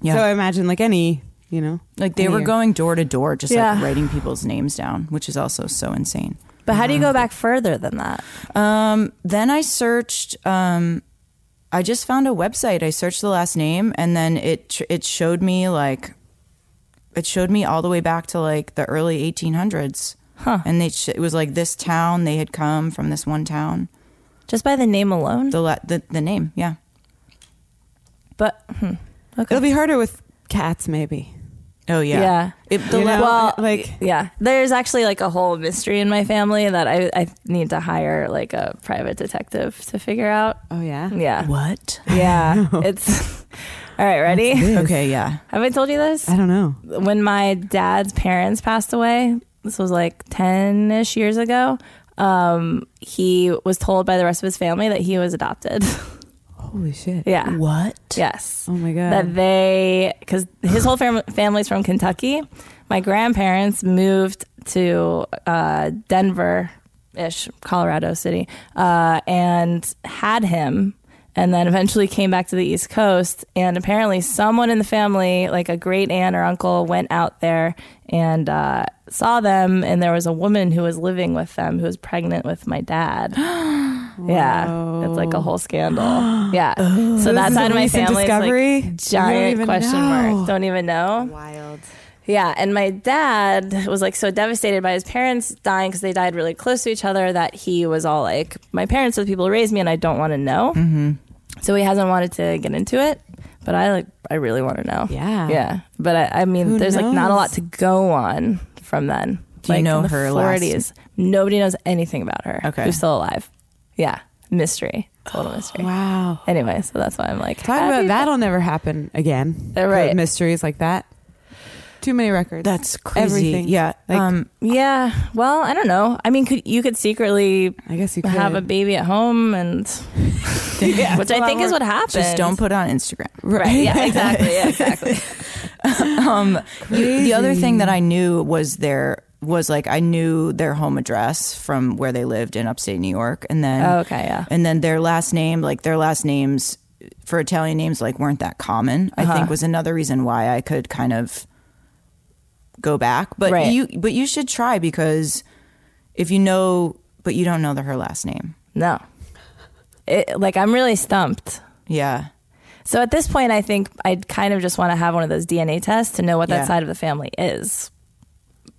Speaker 4: Yeah.
Speaker 2: So I imagine like any, you know.
Speaker 4: Like they
Speaker 2: any
Speaker 4: were
Speaker 2: year.
Speaker 4: going door to door, just
Speaker 3: Yeah.
Speaker 4: like writing people's names down, which is also so insane.
Speaker 3: But how do you go back further than that?
Speaker 4: Um, then I searched. Um, I just found a website. I searched the last name, and then it tr- it showed me like it showed me all the way back to like the early 1800s. Huh. And they sh- it was like this town they had come from this one town.
Speaker 3: Just by the name alone?
Speaker 4: The la- the, the name, yeah.
Speaker 3: But hmm.
Speaker 2: It'll be harder with cats, maybe.
Speaker 4: Oh yeah.
Speaker 3: Yeah.
Speaker 4: It, the
Speaker 2: You
Speaker 4: la-
Speaker 2: know,
Speaker 3: well,
Speaker 2: like-
Speaker 3: yeah. There's actually like a whole mystery in my family that I, I need to hire like a private detective to figure out.
Speaker 2: Oh yeah.
Speaker 3: Yeah.
Speaker 4: what?
Speaker 3: Yeah. it's all right. Ready?
Speaker 4: Okay, yeah.
Speaker 3: Have I told you this?
Speaker 2: I don't know.
Speaker 3: when my dad's parents passed away, this was like 10 ish years ago, um, he was told by the rest of his family that he was adopted.
Speaker 2: Holy shit.
Speaker 3: yeah.
Speaker 4: What?
Speaker 3: Yes.
Speaker 2: Oh my god.
Speaker 3: That they, because his whole fam- family's from Kentucky. My grandparents moved to uh, Denver ish, Colorado City, uh, and had him. And then eventually came back to the East Coast. And apparently, someone in the family, like a great aunt or uncle, went out there and uh, saw them. And there was a woman who was living with them who was pregnant with my dad. yeah. It's like a whole scandal. Yeah. so that side of my
Speaker 2: recent
Speaker 3: family
Speaker 2: discovery?
Speaker 3: is
Speaker 2: You
Speaker 3: like
Speaker 2: don't
Speaker 3: giant
Speaker 2: even
Speaker 3: question
Speaker 2: know.
Speaker 3: mark. Don't even know. Yeah, and my dad was like so devastated by his parents dying because they died really close to each other that he was all like, "My parents are the people who raised me, and I don't want to know." Mm-hmm. So he hasn't wanted to get into it, but I like I really want to know.
Speaker 2: Yeah.
Speaker 3: yeah. But I, I mean,
Speaker 2: Who
Speaker 3: there's like not a
Speaker 2: knows?
Speaker 3: lot to go on from then.
Speaker 4: Do you
Speaker 3: Like,
Speaker 4: know
Speaker 3: the
Speaker 4: her last-
Speaker 3: 40s. Nobody knows anything about her.
Speaker 4: Okay.
Speaker 3: who's still alive? Yeah, mystery, total mystery.
Speaker 2: wow.
Speaker 3: Anyway, so that's why I'm like,
Speaker 2: Talk
Speaker 3: happy
Speaker 2: about that'll never happen again.
Speaker 3: Uh, right.
Speaker 2: Mysteries like that. Too many records.
Speaker 4: That's crazy.
Speaker 2: Everything.
Speaker 4: Yeah.
Speaker 2: Like,
Speaker 4: um
Speaker 3: Yeah. Well, I don't know. I mean, could you could secretly
Speaker 2: I guess you could
Speaker 3: have a baby at home and which I think is what happens.
Speaker 4: just don't put it on Instagram.
Speaker 3: right. Yeah, exactly. Yeah, exactly. Um,
Speaker 4: You- the other thing that I knew was their was like I knew their home address from where they lived in upstate New York, and then
Speaker 3: Oh, okay, yeah.
Speaker 4: and then their last name, like their last names for Italian names, like weren't that common. I
Speaker 3: Uh-huh.
Speaker 4: think was another reason why I could kind of go back, but
Speaker 3: Right.
Speaker 4: you but you should try because if you know, but you don't know the, her last name,
Speaker 3: no. It, like I'm really stumped.
Speaker 4: yeah.
Speaker 3: So at this point I think I'd kind of just want to have one of those DNA tests to know what
Speaker 4: Yeah.
Speaker 3: that side of the family is.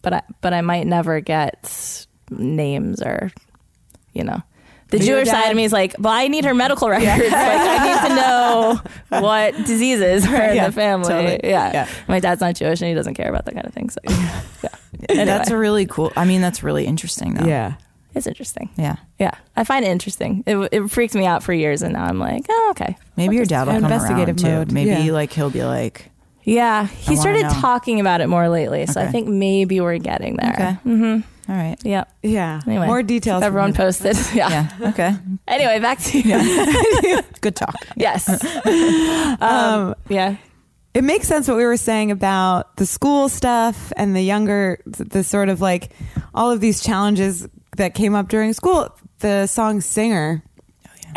Speaker 3: But I but I might never get names or you know. The Jewish side of me is like, well, I need her medical records. Like, I need to know what diseases are in
Speaker 4: Yeah,
Speaker 3: the family.
Speaker 4: totally.
Speaker 3: Yeah.
Speaker 4: Yeah.
Speaker 3: My dad's not Jewish and he doesn't care about that kind of thing. So, yeah. Anyway,
Speaker 4: That's a really cool. I mean, that's really interesting though.
Speaker 2: yeah.
Speaker 3: it's interesting.
Speaker 4: Yeah.
Speaker 3: Yeah, I find it interesting. It, it freaked me out for years, and now I'm like, oh, okay.
Speaker 4: Maybe your dad will come
Speaker 2: Investigative
Speaker 4: around
Speaker 2: mode,
Speaker 4: too. Maybe
Speaker 2: yeah.
Speaker 4: like he'll be like,
Speaker 3: Yeah, he
Speaker 4: wanna
Speaker 3: started
Speaker 4: know.
Speaker 3: talking about it more lately, so I
Speaker 4: Okay.
Speaker 3: think maybe we're getting there.
Speaker 4: okay, Mm-hmm. all right.
Speaker 3: Yeah.
Speaker 2: Yeah.
Speaker 3: Anyway,
Speaker 2: More details. from
Speaker 3: Everyone
Speaker 2: the-
Speaker 3: posted. Yeah.
Speaker 4: Yeah. Okay.
Speaker 3: Anyway, back to you.
Speaker 4: Good talk.
Speaker 3: yes.
Speaker 2: Um,
Speaker 3: Yeah.
Speaker 2: it makes sense what we were saying about the school stuff and the younger the sort of like all of these challenges that came up during school the song singer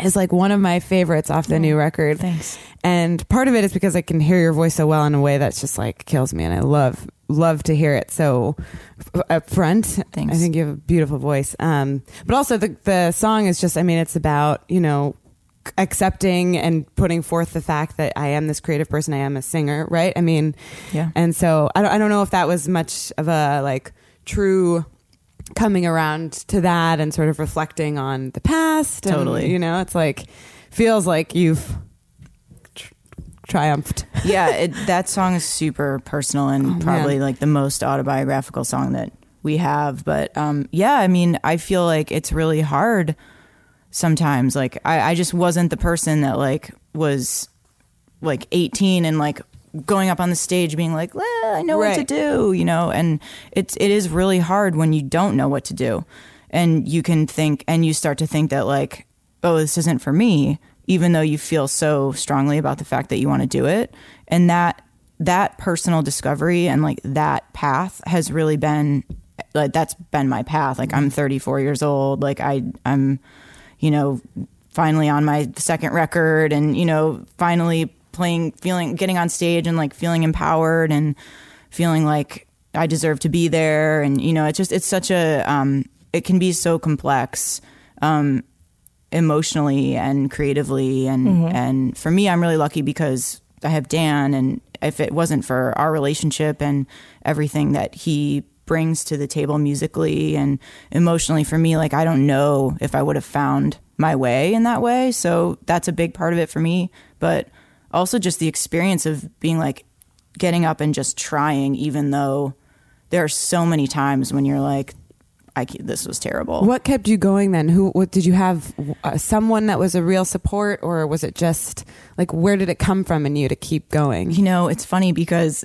Speaker 2: is like one of my favorites off the new record
Speaker 4: Oh, Mm, thanks.
Speaker 2: and part of it is because i can hear your voice so well in a way that's just like kills me and i love love to hear it so f- up front
Speaker 4: Thanks.
Speaker 2: i think you have a beautiful voice um but also the the song is just i mean it's about you know accepting and putting forth the fact that I am this creative person, I am a singer, right? I mean,
Speaker 4: Yeah.
Speaker 2: And so I don't, I don't know if that was much of a like true coming around to that and sort of reflecting on the past. and,
Speaker 4: Totally.
Speaker 2: you know, it's like feels like you've tr- triumphed.
Speaker 4: yeah, it, that song is super personal and probably like the most autobiographical song that we have. But um, yeah, I mean, I feel like it's really hard sometimes. Like, I, I just wasn't the person that like was like 18 and like going up on the stage being like, well, I know what
Speaker 2: Right.
Speaker 4: to do, you know, and it's it is really hard when you don't know what to do. And you can think and you start to think that like, oh, this isn't for me, even though you feel so strongly about the fact that you want to do it. And that that personal discovery and like that path has really been like that's been my path. Like I'm 34 years old, like I I'm you know, finally on my second record and, you know, finally playing, feeling, getting on stage and like feeling empowered and feeling like I deserve to be there. And, you know, it's just, it's such a, um, it can be so complex emotionally and creatively and and for me I'm really lucky because I have Dan and if it wasn't for our relationship and everything that he brings to the table musically and emotionally for me like I don't know if I would have found my way in that way so that's a big part of it for me but also just the experience of being like getting up and just trying even though there are so many times when you're like I ca- this was terrible
Speaker 2: What kept you going then? Who? What did you have? Uh, someone that was a real support, or was it just like where did it come from in you to keep going?
Speaker 4: You know, it's funny because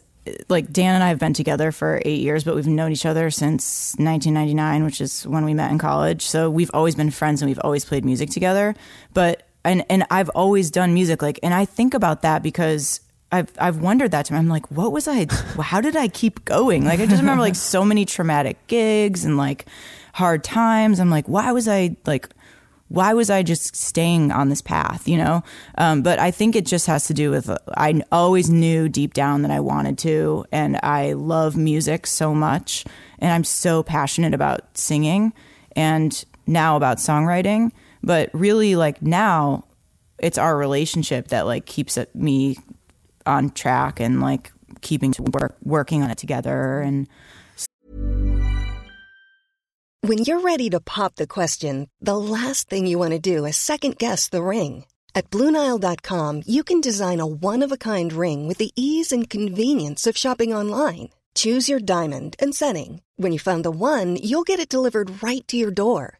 Speaker 4: like Dan and I have been together for eight years, but we've known each other since 1999, which is when we met in college. So we've always been friends and we've always played music together. But and and I've always done music like, and I think about that because. I've I've wondered that to me. I'm like, what was I? How did I keep going? Like, I just remember like so many traumatic gigs and like hard times. I'm like, why was I like why was I just staying on this path, you know? Um, but I think it just has to do with I always knew deep down that I wanted to, and I love music so much, and I'm so passionate about singing and now about songwriting. But really, like now, it's our relationship that like keeps it, me on track and like keeping to work working on it together and
Speaker 5: When you're ready to pop the question, the last thing you want to do is second guess the ring. At Bluenile.com, you can design a one of a kind ring with the ease and convenience of shopping online. Choose your diamond and setting. When you find the one, you'll get it delivered right to your door.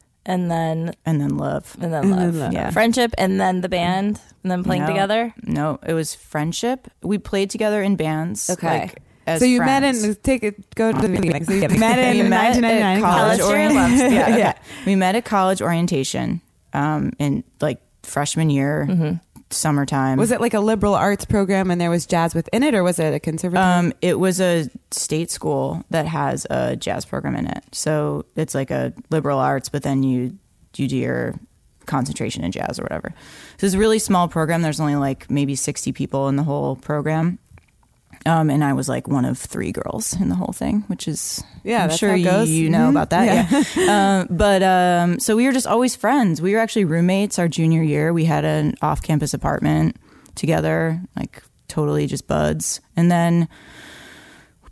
Speaker 3: and then
Speaker 4: and then love
Speaker 3: and then love.
Speaker 2: love.
Speaker 3: Yeah. Friendship and then the band and then playing
Speaker 4: No.
Speaker 3: together.
Speaker 4: No, it was friendship. We played together in bands.
Speaker 3: Okay.
Speaker 4: like, as
Speaker 2: so you
Speaker 4: friends.
Speaker 2: met in take it go to the beginning. So you met in
Speaker 4: We met at
Speaker 2: 1999
Speaker 4: college
Speaker 3: Tell us your
Speaker 4: orient-
Speaker 3: love story.
Speaker 4: yeah, okay. we met at college orientation um, in like freshman year, Mm-hmm. summertime.
Speaker 2: Was it like a liberal arts program and there was jazz within it, or was it a conservative?
Speaker 4: Um, it was a state school that has a jazz program in it, so it's like a liberal arts, but then you you do your concentration in jazz or whatever. So it's a really small program. There's only like maybe sixty people in the whole program. Um, and I was like one of three girls in the whole thing, which is
Speaker 2: Yeah,
Speaker 4: I'm
Speaker 2: that's
Speaker 4: sure
Speaker 2: how it goes. Mm-hmm.
Speaker 4: you know about that. Yeah. um, but um, so we were just always friends. We were actually roommates our junior year. We had an off-campus apartment together, like totally just buds. And then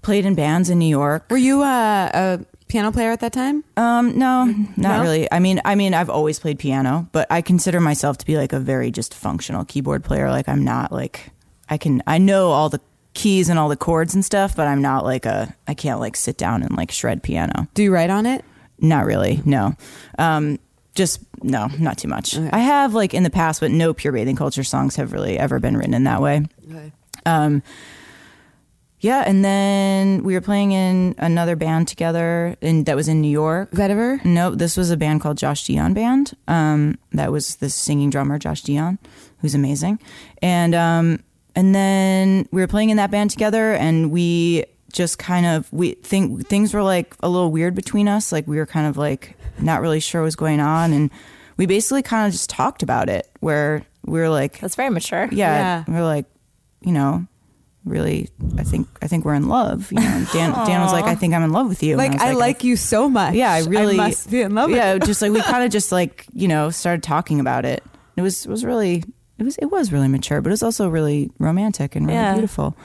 Speaker 4: played in bands in New York.
Speaker 2: Were you uh, a piano player at that time?
Speaker 4: Um, no, not
Speaker 2: No?
Speaker 4: really. I mean, I mean, I've always played piano, but I consider myself to be like a very just functional keyboard player. Like I'm not like I can I know all the keys and all the chords and stuff, but I'm not like a I can't like sit down and like shred piano.
Speaker 2: Do you write on it?
Speaker 4: Not really. No. Um, just no, not too much. I have like in the past, but no pure bathing culture songs have really ever been written in that way. Um, Yeah, and then we were playing in another band together, and that was in New York.
Speaker 2: Vetiver?
Speaker 4: No, this was a band called Josh Dion Band. Um, that was the singing drummer Josh Dion, who's amazing. And um, and then we were playing in that band together, and we just kind of we think things were like a little weird between us. Like we were kind of like not really sure what was going on, and we basically kind of just talked about it. Where we were like,
Speaker 3: That's very mature.
Speaker 4: yeah,
Speaker 2: Yeah.
Speaker 4: we are like, you know, really, I think I think we're in love. You know, and Dan Dan was like, I think I'm in love with you. And
Speaker 2: Like
Speaker 4: was
Speaker 2: I like you so much.
Speaker 4: Yeah, I really
Speaker 2: must be in love with
Speaker 4: Yeah, just like we kind of just like you know started talking about it. It was it was really it was it was really mature, but it was also really romantic and really
Speaker 3: Yeah.
Speaker 4: beautiful.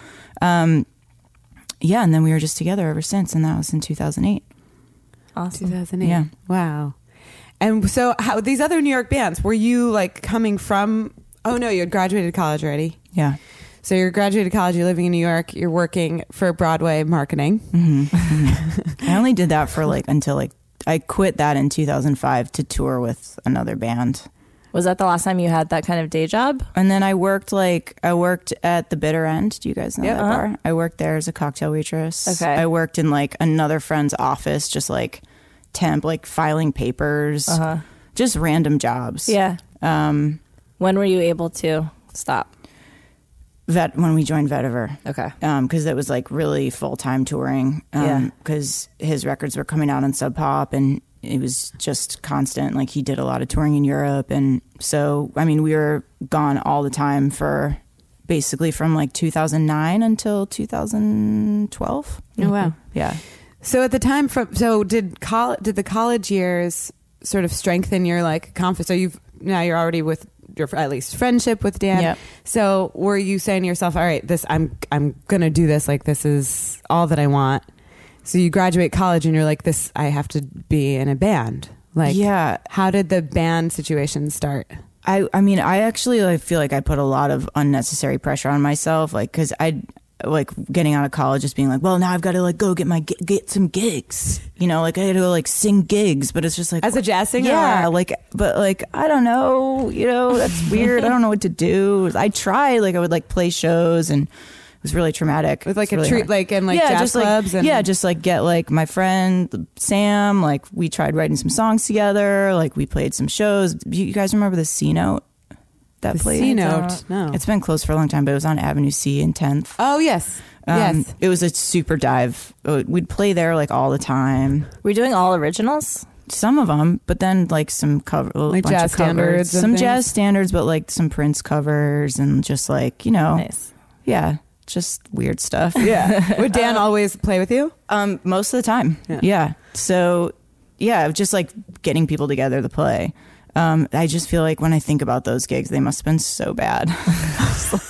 Speaker 4: Um, yeah, and then we were just together ever since, and that was in 2008.
Speaker 3: Awesome.
Speaker 2: 2008.
Speaker 4: Yeah.
Speaker 2: Wow. And so, how these other New York bands were you like coming from? Oh no, you had graduated college already.
Speaker 4: Yeah.
Speaker 2: So you're graduated college. You're living in New York. You're working for Broadway marketing.
Speaker 4: I only did that for like until like I quit that in 2005 to tour with another band.
Speaker 3: Was that the last time you had that kind of day job?
Speaker 4: And then I worked like I worked at the Bitter End. Do you guys know
Speaker 3: Yeah.
Speaker 4: that
Speaker 3: Uh-huh.
Speaker 4: bar? I worked there as a cocktail waitress.
Speaker 3: Okay.
Speaker 4: I worked in like another friend's office, just like temp, like filing papers, just random jobs.
Speaker 3: Uh-huh. Yeah.
Speaker 4: Um,
Speaker 3: When were you able to stop?
Speaker 4: vet when we joined Vetiver.
Speaker 3: Okay.
Speaker 4: because it was like really full time touring.
Speaker 3: Yeah.
Speaker 4: Um, because his records were coming out on Sub Pop, and it was just constant. Like he did a lot of touring in Europe, and so I mean, we were gone all the time for basically from like 2009 until 2012.
Speaker 2: Oh wow.
Speaker 4: Mm-hmm. Yeah,
Speaker 2: So at the time from so did college did the college years sort of strengthen your like confidence? So you've now you're already with your at least friendship with Dan.
Speaker 4: Yep.
Speaker 2: So were you saying to yourself, all right, this I'm I'm gonna do this like this is all that I want. So you graduate college and you're like this I have to be in a band. Like
Speaker 4: Yeah.
Speaker 2: How did the band situation start?
Speaker 4: I I mean, I actually like, feel like I put a lot of unnecessary pressure on myself, like because I like getting out of college, just being like, well, now I've got to like go get my gi- get some gigs, you know, like I had to go like sing gigs, but it's just like
Speaker 2: As a jazz singer
Speaker 4: yeah,
Speaker 2: or-
Speaker 4: like but like I don't know, you know, that's weird. I don't know what to do. I tried, like I would like play shows and. It was really traumatic.
Speaker 2: With, like,
Speaker 4: It's
Speaker 2: a
Speaker 4: really
Speaker 2: treat-
Speaker 4: hard.
Speaker 2: like, in, like,
Speaker 4: yeah,
Speaker 2: jazz
Speaker 4: just,
Speaker 2: clubs and-
Speaker 4: yeah, just like get like my friend Sam, like we tried writing some songs together, like we played some shows. You you guys remember the C note
Speaker 2: The
Speaker 4: that played?
Speaker 2: C note. No.
Speaker 4: It's been closed for a long time, but it was on Avenue C in 10th.
Speaker 2: oh yes. yes.
Speaker 4: It was a super dive. Uh, We'd play there like all the time.
Speaker 3: Were you doing all originals?
Speaker 4: Some of them, but then like some cover, a
Speaker 2: Like
Speaker 4: bunch
Speaker 2: jazz
Speaker 4: of covers.
Speaker 2: standards and
Speaker 4: some
Speaker 2: things?
Speaker 4: jazz standards, but like some Prince covers and just like you know,
Speaker 3: Nice.
Speaker 4: yeah, just weird stuff.
Speaker 2: Yeah. Would
Speaker 4: uh,
Speaker 2: Dan always play with you?
Speaker 4: Um, most of the time.
Speaker 2: Yeah.
Speaker 4: Yeah. So, yeah, just like getting people together to play. Um, I just feel like when I think about those gigs, they must have been so bad. It's like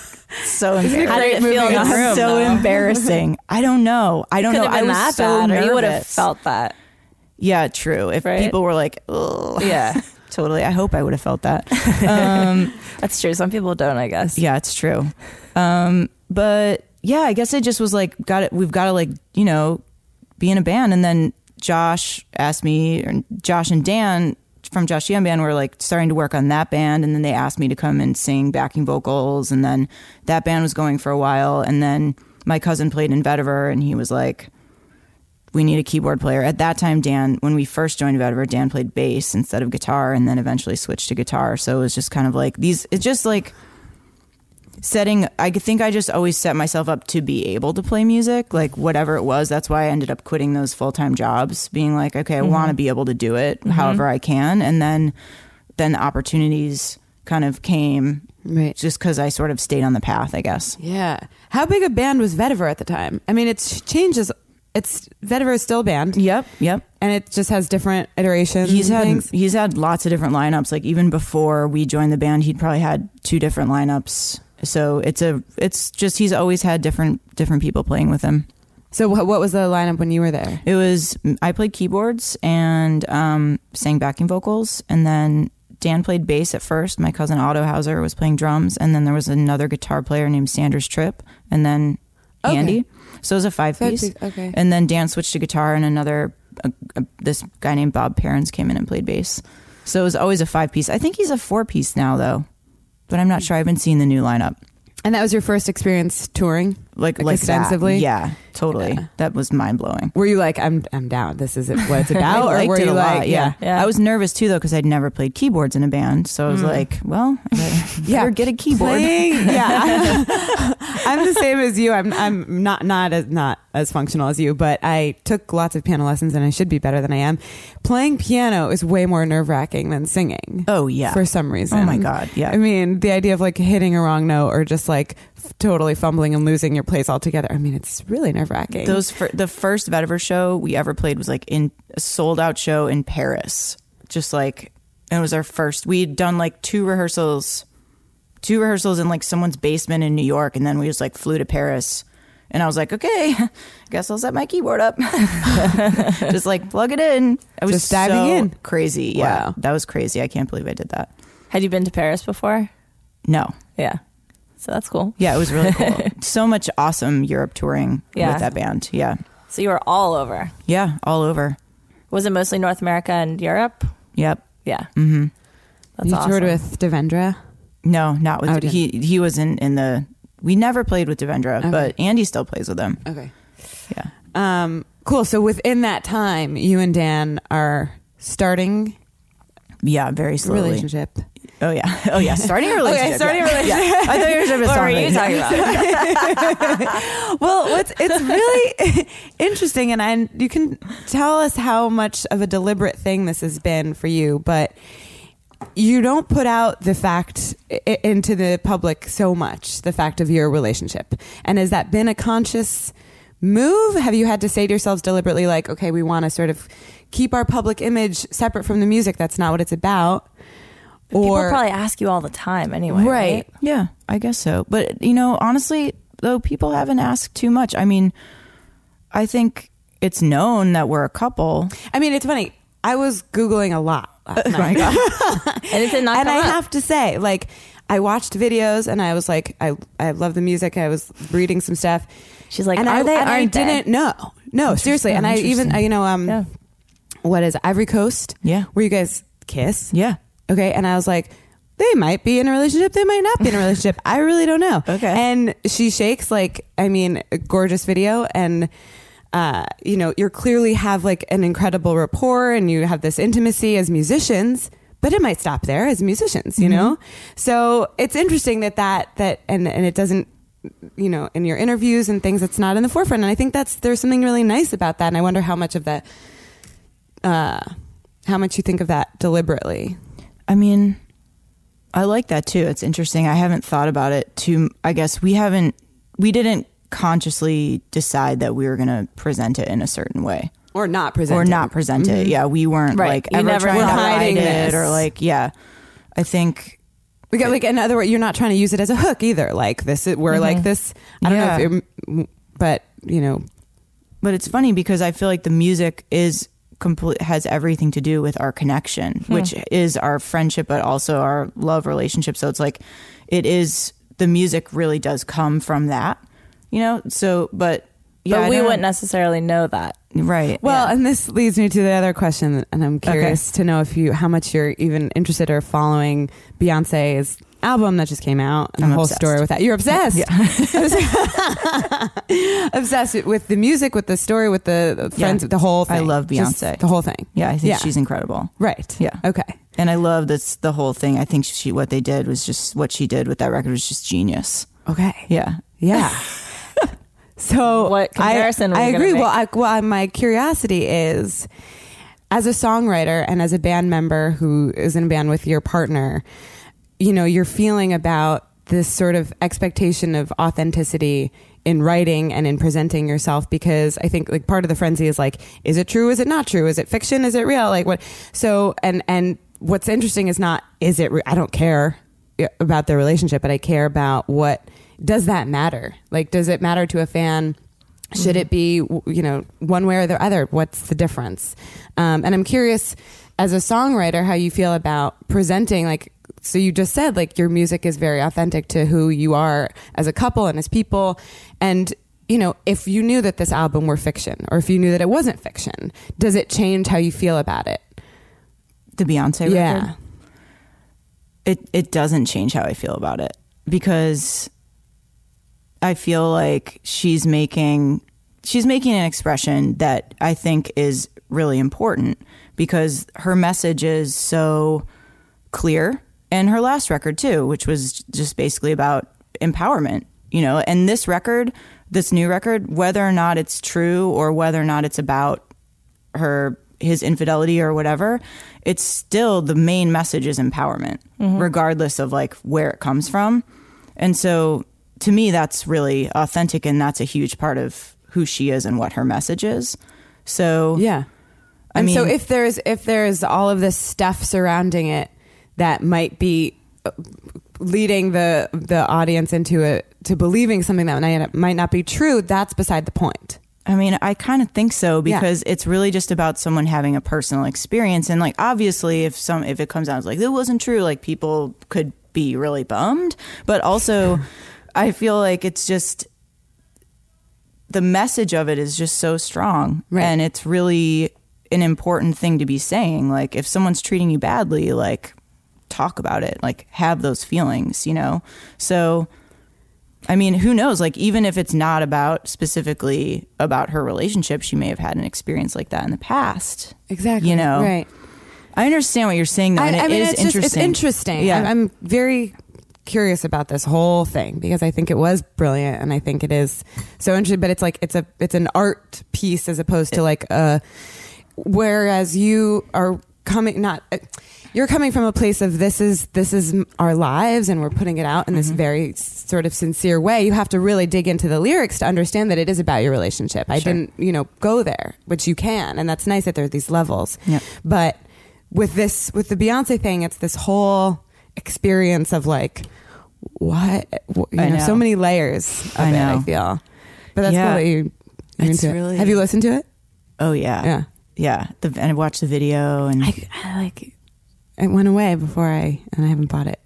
Speaker 4: so
Speaker 3: How
Speaker 4: embarrassing.
Speaker 3: did it feel in
Speaker 4: It's
Speaker 3: the room?
Speaker 4: so
Speaker 3: though?
Speaker 4: embarrassing. I don't know. I don't
Speaker 3: Could
Speaker 4: know.
Speaker 3: have been
Speaker 4: I was
Speaker 3: that
Speaker 4: so
Speaker 3: bad, or
Speaker 4: nervous.
Speaker 3: you would have felt that.
Speaker 4: Yeah, true. If
Speaker 3: Right?
Speaker 4: people were like, "Ugh,"
Speaker 3: Yeah,
Speaker 4: totally. I hope I would have felt that. Um,
Speaker 3: that's true. Some people don't, I guess.
Speaker 4: yeah, it's true. Um, but yeah, I guess it just was like, got it. We've got to like, you know, be in a band. And then Josh asked me, and Josh and Dan from Josh Young Band were like starting to work on that band. And then they asked me to come and sing backing vocals. And then that band was going for a while. And then my cousin played in Vetiver and he was like, we need a keyboard player. At that time, Dan, when we first joined Vetiver, Dan played bass instead of guitar and then eventually switched to guitar. So it was just kind of like these, it's just like, setting i think i just always set myself up to be able to play music like whatever it was that's why i ended up quitting those full-time jobs being like okay i
Speaker 2: Mm-hmm.
Speaker 4: want to be able to do it however i can and then then the opportunities kind of came
Speaker 2: Right.
Speaker 4: just because i sort of stayed on the path i guess
Speaker 2: Yeah. How big a band was Vetiver at the time? I mean, it's changes. It's Vetiver is still a band.
Speaker 4: yep yep
Speaker 2: And it just has different iterations.
Speaker 4: he's
Speaker 2: and
Speaker 4: had
Speaker 2: things.
Speaker 4: he's had lots of different lineups like even before we joined the band he'd probably had two different lineups so it's a it's just he's always had different different people playing with him
Speaker 2: So what, what was the lineup when you were there?
Speaker 4: It was I played keyboards and um, sang backing vocals, and then Dan played bass at first. My cousin Otto Hauser was playing drums, and then there was another guitar player named Sanders Tripp, and then
Speaker 2: Okay.
Speaker 4: Andy. So it was a five
Speaker 2: Five
Speaker 4: piece.
Speaker 2: piece, okay.
Speaker 4: And then Dan switched to guitar, and another uh, uh, this guy named Bob Perrins came in and played bass. So it was always a five piece. I think he's a four piece now though, but I'm not sure. I haven't seen the new lineup.
Speaker 2: And that was your first experience touring,
Speaker 4: like like, that.
Speaker 2: extensively.
Speaker 4: Yeah, totally. That was mind blowing.
Speaker 2: Were you like, I'm I'm down. This is it, what it's
Speaker 4: I
Speaker 2: about, or
Speaker 4: liked
Speaker 2: were
Speaker 4: it
Speaker 2: you
Speaker 4: a
Speaker 2: like,
Speaker 4: lot. Yeah.
Speaker 3: yeah.
Speaker 4: I was nervous too though because I'd never played keyboards in a band, so I
Speaker 2: Hmm.
Speaker 4: was like, well, I better, better get a keyboard.
Speaker 2: Playing- yeah, I'm the same as you. I'm I'm not not as not as functional as you, but I took lots of piano lessons, and I should be better than I am. Playing piano is way more nerve wracking than singing.
Speaker 4: Oh yeah,
Speaker 2: for some reason.
Speaker 4: Oh my god, yeah.
Speaker 2: I mean, the idea of like hitting a wrong note or just like f- totally fumbling and losing your place altogether. I mean, it's really nerve wracking.
Speaker 4: Those fir- the first Vetiver show we ever played was like in a sold out show in Paris. Just like and it was our first. We had done like two rehearsals, two rehearsals in like someone's basement in New York, and then we just like flew to Paris. And I was like, okay, I guess I'll set my keyboard up. just like plug it in. I was
Speaker 2: Just diving
Speaker 4: so
Speaker 2: in.
Speaker 4: Crazy. Yeah.
Speaker 2: Wow.
Speaker 4: That was crazy. I can't believe I did that.
Speaker 3: Had you been to Paris before?
Speaker 4: No.
Speaker 3: Yeah. So that's cool.
Speaker 4: Yeah, it was really cool. so much awesome Europe touring
Speaker 3: Yeah.
Speaker 4: with that band. Yeah.
Speaker 3: So you were all over.
Speaker 4: Yeah. All over.
Speaker 3: Was it mostly North America and Europe?
Speaker 4: Yep.
Speaker 3: Yeah. Mm-hmm. That's
Speaker 2: you
Speaker 3: awesome.
Speaker 2: toured with Devendra.
Speaker 4: No, not with
Speaker 2: Oh, did-
Speaker 4: he. He was in in the. We never played with Devendra,
Speaker 2: Okay.
Speaker 4: but Andy still plays with him.
Speaker 2: Okay.
Speaker 4: Yeah,
Speaker 2: Um, cool. So within that time, you and Dan are starting
Speaker 4: yeah, very slowly.
Speaker 2: relationship.
Speaker 4: Oh yeah, oh yeah, starting a relationship.
Speaker 2: starting a
Speaker 4: yeah.
Speaker 2: relationship.
Speaker 4: Yeah. I thought your relationship was
Speaker 3: What were you
Speaker 4: something.
Speaker 3: talking about?
Speaker 2: well, what's, it's really interesting, and I, you can tell us how much of a deliberate thing this has been for you, but you don't put out the fact i- into the public so much the fact of your relationship. And has that been a conscious move? Have you had to say to yourselves deliberately, like, okay, we want to sort of keep our public image separate from the music? That's not what it's about.
Speaker 3: People probably ask you all the time anyway. Right.
Speaker 4: Yeah, I guess so. But you know, honestly, though, people haven't asked too much. I mean, I think it's known that we're a couple.
Speaker 2: I mean, it's funny. I was Googling a lot. Last night.
Speaker 3: And it did not
Speaker 2: and
Speaker 3: come
Speaker 2: I
Speaker 3: up.
Speaker 2: have to say, like, I watched videos and I was like, I, I love the music. I was reading some stuff.
Speaker 3: She's like,
Speaker 2: and
Speaker 3: "Are
Speaker 2: I,
Speaker 3: they?
Speaker 2: And I
Speaker 3: Aren't they?"
Speaker 2: didn't know. No, seriously. And I even, I, you know, um,
Speaker 3: Yeah.
Speaker 2: what is it, Ivory Coast?
Speaker 4: Yeah.
Speaker 2: Where you guys kiss?
Speaker 4: Yeah.
Speaker 2: Okay. And I was like, they might be in a relationship. They might not be in a relationship. I really don't know.
Speaker 4: Okay.
Speaker 2: And she shakes like, I mean, a gorgeous video and. Uh, you know, you clearly have like an incredible rapport and you have this intimacy as musicians, but it might stop there as musicians, you know? So it's interesting that that, that, and, and it doesn't, you know, in your interviews and things, it's not in the forefront. And I think that's, there's something really nice about that. And I wonder how much of that, uh, how much you think of that deliberately.
Speaker 4: I mean, I like that too. It's interesting. I haven't thought about it too. I guess we haven't, we didn't consciously decide that we were going to present it in a certain way
Speaker 2: or not present Mm-hmm.
Speaker 4: or not present it. Yeah, we weren't
Speaker 3: Mm-hmm. Right.
Speaker 4: like
Speaker 3: You
Speaker 4: ever
Speaker 3: never
Speaker 4: trying to
Speaker 3: thought.
Speaker 4: hide
Speaker 2: Hiding
Speaker 4: it
Speaker 2: this.
Speaker 4: or like, yeah. I think
Speaker 2: We got like in other words, you're not trying to use it as a hook either. Like this, we're like this. I don't
Speaker 4: Yeah.
Speaker 2: know, if it, but you know,
Speaker 4: But it's funny because I feel like the music is complete has everything to do with our connection,
Speaker 3: Hmm.
Speaker 4: which is our friendship, but also our love relationship. So it's like it is the music really does come from that, you know. So, but yeah, I
Speaker 3: but we
Speaker 4: don't
Speaker 3: wouldn't
Speaker 4: know.
Speaker 3: necessarily know that.
Speaker 4: right?
Speaker 2: well, and this leads me to the other question, and I'm curious to know if you how much you're even interested or following Beyonce's album that just came out and
Speaker 4: I'm
Speaker 2: the whole
Speaker 4: obsessed.
Speaker 2: story with that. You're obsessed, obsessed with the music, with the story, with the friends,
Speaker 4: Yeah.
Speaker 2: with the whole. thing.
Speaker 4: I love
Speaker 2: Just
Speaker 4: Beyonce.
Speaker 2: the whole thing.
Speaker 4: yeah, I think
Speaker 2: Yeah.
Speaker 4: she's incredible,
Speaker 2: right.
Speaker 4: Yeah.
Speaker 2: Okay.
Speaker 4: and I love this the whole thing. I think she what they did was just what she did with that record was just genius.
Speaker 2: Okay.
Speaker 4: Yeah,
Speaker 2: Yeah. so
Speaker 3: What comparison
Speaker 2: I,
Speaker 3: were you
Speaker 2: I
Speaker 3: gonna
Speaker 2: agree.
Speaker 3: make?
Speaker 2: Well, I, well, my curiosity is as a songwriter and as a band member who is in a band with your partner, you know, your feeling about this sort of expectation of authenticity in writing and in presenting yourself because I think like part of the frenzy is like, is it true? Is it not true? Is it fiction? Is it real? Like what? So, and, and what's interesting is not, is it, re- I don't care about their relationship, but I care about what, does that matter? Like, does it matter to a fan? Should it be, w- you know, one way or the other? What's the difference? Um, and I'm curious, as a songwriter, how you feel about presenting, like, so you just said, like, your music is very authentic to who you are as a couple and as people. And, you know, if you knew that this album were fiction or if you knew that it wasn't fiction, does it change how you feel about it?
Speaker 4: the Beyonce
Speaker 2: Yeah.
Speaker 4: record. It it doesn't change how I feel about it because I feel like she's making she's making an expression that I think is really important because her message is so clear and her last record too, which was just basically about empowerment, you know, and this record, this new record, whether or not it's true or whether or not it's about her his infidelity or whatever, it's still the main message is empowerment,
Speaker 2: Mm-hmm.
Speaker 4: regardless of like where it comes from. And so to me that's really authentic and that's a huge part of who she is and what her message is. So
Speaker 2: Yeah.
Speaker 4: I
Speaker 2: and so
Speaker 4: mean-
Speaker 2: if there's if there's all of this stuff surrounding it that might be uh, leading the the audience into it to believing something that might- might not be true, that's beside the point.
Speaker 4: I mean, I kind of think so
Speaker 2: Yeah.
Speaker 4: because it's really just about someone having a personal experience, and like obviously, if some if it comes out as like it wasn't true, like people could be really bummed. But also, I feel like it's just the message of it is just so strong,
Speaker 2: Right.
Speaker 4: and it's really an important thing to be saying. Like if someone's treating you badly, like talk about it, like have those feelings, you know. So I mean, who knows? Like, even if it's not about specifically about her relationship, she may have had an experience like that in the past.
Speaker 2: Exactly.
Speaker 4: You know,
Speaker 2: Right.
Speaker 4: I understand what you're saying, though. and it is
Speaker 2: it's
Speaker 4: interesting.
Speaker 2: Just, it's interesting.
Speaker 4: Yeah.
Speaker 2: I'm, I'm very curious about this whole thing because I think it was brilliant and I think it is so interesting. But it's like it's a it's an art piece as opposed to like a. Whereas you are coming not. uh, You're coming from a place of this is this is m- our lives and we're putting it out in
Speaker 4: Mm-hmm.
Speaker 2: this very s- sort of sincere way. You have to really dig into the lyrics to understand that it is about your relationship. I didn't, you know, go there, which you can, and that's nice that there are these levels.
Speaker 4: Yep.
Speaker 2: But with this with the Beyonce thing, it's this whole experience of like what you
Speaker 4: I
Speaker 2: know,
Speaker 4: know.
Speaker 2: so many layers. Of
Speaker 4: I
Speaker 2: It,
Speaker 4: know.
Speaker 2: I feel, but that's
Speaker 4: Yeah.
Speaker 2: cool that you. you're
Speaker 4: It's
Speaker 2: into it.
Speaker 4: really-
Speaker 2: Have you listened to it?
Speaker 4: oh yeah,
Speaker 2: Yeah.
Speaker 4: yeah. The, and I watched the video, and
Speaker 2: I, I like. It went away before I and I haven't bought it.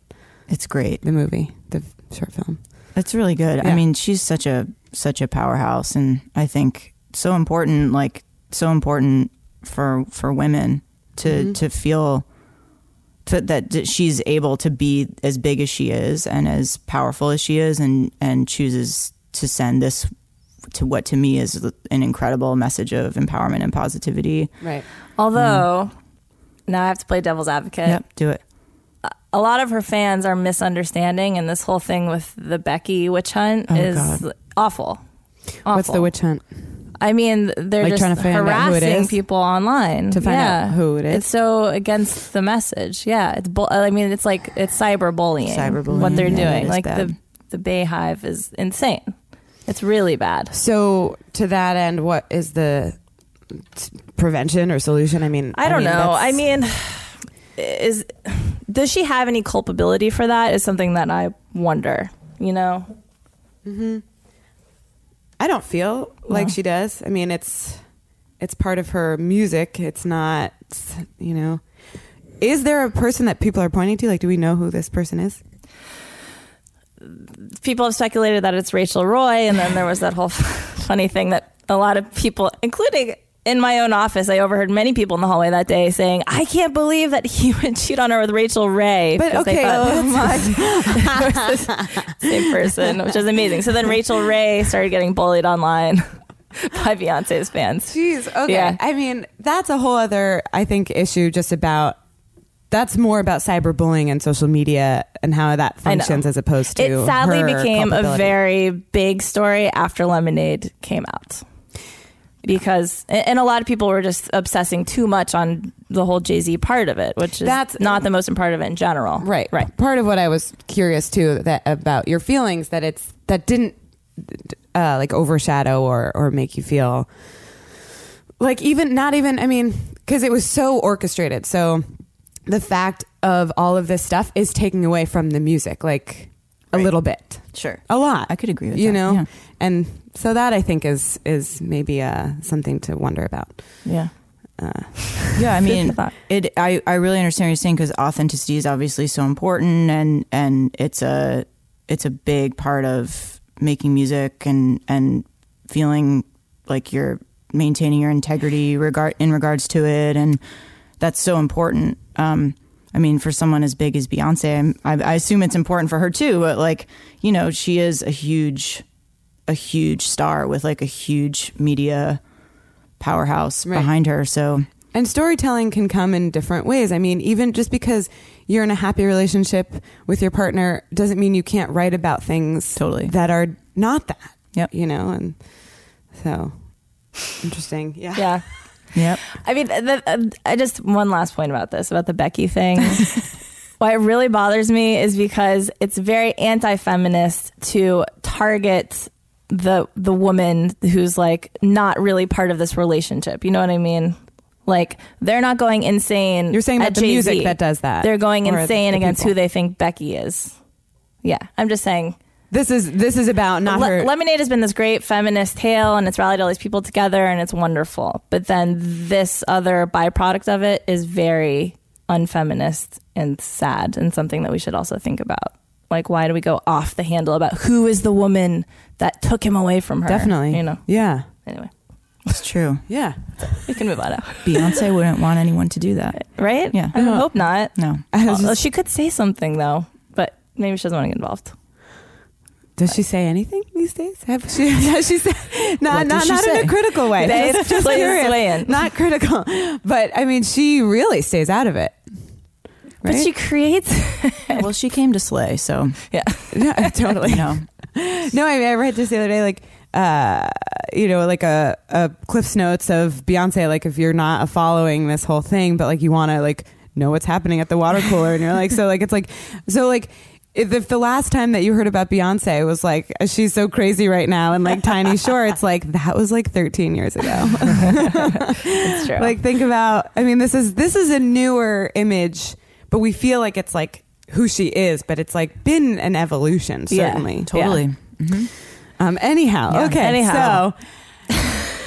Speaker 4: it's great.
Speaker 2: The movie, the short film.
Speaker 4: That's really good. I
Speaker 2: Yeah.
Speaker 4: mean, she's such a such a powerhouse, and I think so important, like so important for for women to
Speaker 3: Mm-hmm.
Speaker 4: to feel to, that that she's able to be as big as she is and as powerful as she is, and and chooses to send this to what to me is an incredible message of empowerment and positivity.
Speaker 2: Right.
Speaker 3: Although, now I have to play devil's advocate.
Speaker 4: Yep, do it.
Speaker 3: a lot of her fans are misunderstanding, and this whole thing with the Becky witch hunt is
Speaker 4: God.
Speaker 3: awful. awful.
Speaker 2: What's the witch hunt?
Speaker 3: I mean, they're
Speaker 2: Like
Speaker 3: just
Speaker 2: trying to find out who it
Speaker 3: harassing
Speaker 2: is?
Speaker 3: people online
Speaker 2: To find
Speaker 3: Yeah.
Speaker 2: out who it is?
Speaker 3: It's so against the message. Yeah, it's. Bu- I mean, it's like it's cyberbullying.
Speaker 4: Cyberbullying,
Speaker 3: What they're
Speaker 4: yeah, that
Speaker 3: doing,
Speaker 4: is
Speaker 3: like
Speaker 4: bad.
Speaker 3: the the Bayhive is insane. It's really bad.
Speaker 2: So to that end, what is the t- prevention or solution? I mean,
Speaker 3: I don't
Speaker 2: mean,
Speaker 3: know.
Speaker 2: that's-
Speaker 3: I mean, is does she have any culpability for that? Is something that I wonder. You know,
Speaker 2: I don't feel like she does. I mean, it's it's part of her music. It's not, you know. Is there a person that people are pointing to? Like, do we know who this person is?
Speaker 3: people have speculated that it's Rachel Roy, and then there was that whole funny thing that a lot of people, including in my own office, I overheard many people in the hallway that day saying, "I can't believe that he would cheat on her with Rachel Ray."
Speaker 2: But
Speaker 3: because they
Speaker 2: okay,
Speaker 3: thought
Speaker 2: oh
Speaker 3: it was the same person, which is amazing. So then Rachel Ray started getting bullied online by Beyonce's fans.
Speaker 2: Jeez. Okay.
Speaker 3: Yeah.
Speaker 2: I mean, that's a whole other, I think, issue just about. That's more about cyberbullying and social media and how that
Speaker 3: I know.
Speaker 2: functions as opposed to.
Speaker 3: it sadly
Speaker 2: her
Speaker 3: became a
Speaker 2: culpability.
Speaker 3: very big story after lemonade came out because and a lot of people were just obsessing too much on the whole jay-z part of it which is
Speaker 2: That's-
Speaker 3: that's not the most important part of it in general
Speaker 2: right
Speaker 3: right
Speaker 2: part of what i was curious too that about your feelings that it's that didn't uh like overshadow or or make you feel like even not even i mean because it was so orchestrated so the fact of all of this stuff is taking away from the music like a little bit
Speaker 4: Sure.
Speaker 2: a lot
Speaker 4: I could agree with
Speaker 2: you
Speaker 4: that,
Speaker 2: know
Speaker 4: yeah.
Speaker 2: and so that i think is is maybe uh something to wonder about
Speaker 3: yeah
Speaker 4: yeah i mean
Speaker 3: thought.
Speaker 4: it I, I really understand what you're saying because authenticity is obviously so important and and it's a it's a big part of making music and and feeling like you're maintaining your integrity regard in regards to it and that's so important um I mean, for someone as big as Beyonce, I'm, I, I assume it's important for her too. But like, you know, she is a huge a huge star with like a huge media powerhouse
Speaker 2: Right.
Speaker 4: behind her. So
Speaker 2: And storytelling can come in different ways. I mean, even just because you're in a happy relationship with your partner doesn't mean you can't write about things
Speaker 4: Totally.
Speaker 2: that are not that.
Speaker 4: Yep.
Speaker 2: You know, and so interesting. Yeah.
Speaker 3: Yeah.
Speaker 4: yep.
Speaker 3: I mean, the, uh, I just one last point about this about the Becky thing. Why it really bothers me is because it's very anti-feminist to target the the woman who's like not really part of this relationship. You know what I mean? Like they're not going insane.
Speaker 2: You're saying
Speaker 3: at
Speaker 2: that the music
Speaker 3: Jay-Z.
Speaker 2: that does that,
Speaker 3: They're going
Speaker 2: or the
Speaker 3: insane against
Speaker 2: people.
Speaker 3: who they think Becky is. Yeah, I'm just saying.
Speaker 2: This is this is about not
Speaker 3: Le-
Speaker 2: her
Speaker 3: Lemonade has been this great feminist tale and it's rallied all these people together and it's wonderful. But then this other byproduct of it is very unfeminist and sad and something that we should also think about. Like, why do we go off the handle about who is the woman that took him away from her?
Speaker 2: definitely.
Speaker 3: You know,
Speaker 2: Yeah.
Speaker 3: anyway,
Speaker 4: It's true.
Speaker 2: Yeah.
Speaker 3: we can move on now.
Speaker 4: Beyonce wouldn't want anyone to do that.
Speaker 3: Right?
Speaker 4: Yeah.
Speaker 3: I would hope not.
Speaker 4: No.
Speaker 3: Well, Uh, she could say something though, but maybe she doesn't want to get involved.
Speaker 2: Does she say anything these days? Have she? Has she said, not
Speaker 4: What
Speaker 2: not,
Speaker 4: does she
Speaker 2: not in
Speaker 4: say?
Speaker 2: a critical way.
Speaker 3: Babe,
Speaker 2: just just
Speaker 3: please
Speaker 2: curious.
Speaker 3: weigh in.
Speaker 2: Not critical, but I mean, she really stays out of it. Right?
Speaker 3: But she creates.
Speaker 4: Well, she came to Slay, so
Speaker 3: yeah.
Speaker 2: yeah, totally.
Speaker 4: you know.
Speaker 2: No, I, I read this the other day, like, uh, you know, like a, a Cliff's Notes of Beyonce, like, if you're not following this whole thing, but like you want to, like, know what's happening at the water cooler, and you're like, so, like, it's like, so, like, if, if the last time that you heard about Beyonce was like, she's so crazy right now, and like tiny shorts, like, that was like 13 years ago.
Speaker 3: It's true.
Speaker 2: Like, think about, I mean, this is, this is a newer image, but we feel like it's like, who she is, but it's like been an evolution,
Speaker 3: Yeah,
Speaker 2: certainly.
Speaker 4: Totally.
Speaker 2: Um. Anyhow,
Speaker 3: Yeah.
Speaker 2: okay.
Speaker 3: Anyhow.
Speaker 2: So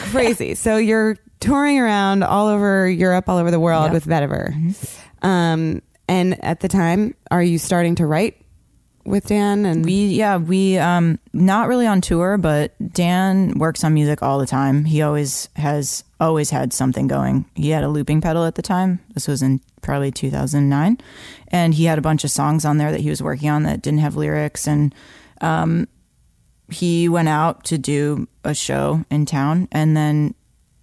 Speaker 2: crazy. So you're touring around all over Europe, all over the world
Speaker 4: Yeah. Mm-hmm.
Speaker 2: with Vetiver. Um. And at the time, are you starting to write with Dan? And
Speaker 4: We yeah, we um not really on tour, but Dan works on music all the time. He always has always had something going. He had a looping pedal at the time. This was in probably 2009, and he had a bunch of songs on there that he was working on that didn't have lyrics and um he went out to do a show in town and then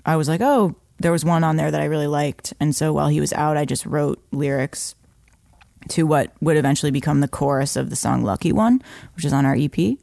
Speaker 4: I was like, "Oh, there was one on there that I really liked." And so while he was out, I just wrote lyrics to what would eventually become the chorus of the song Lucky One, which is on our EP.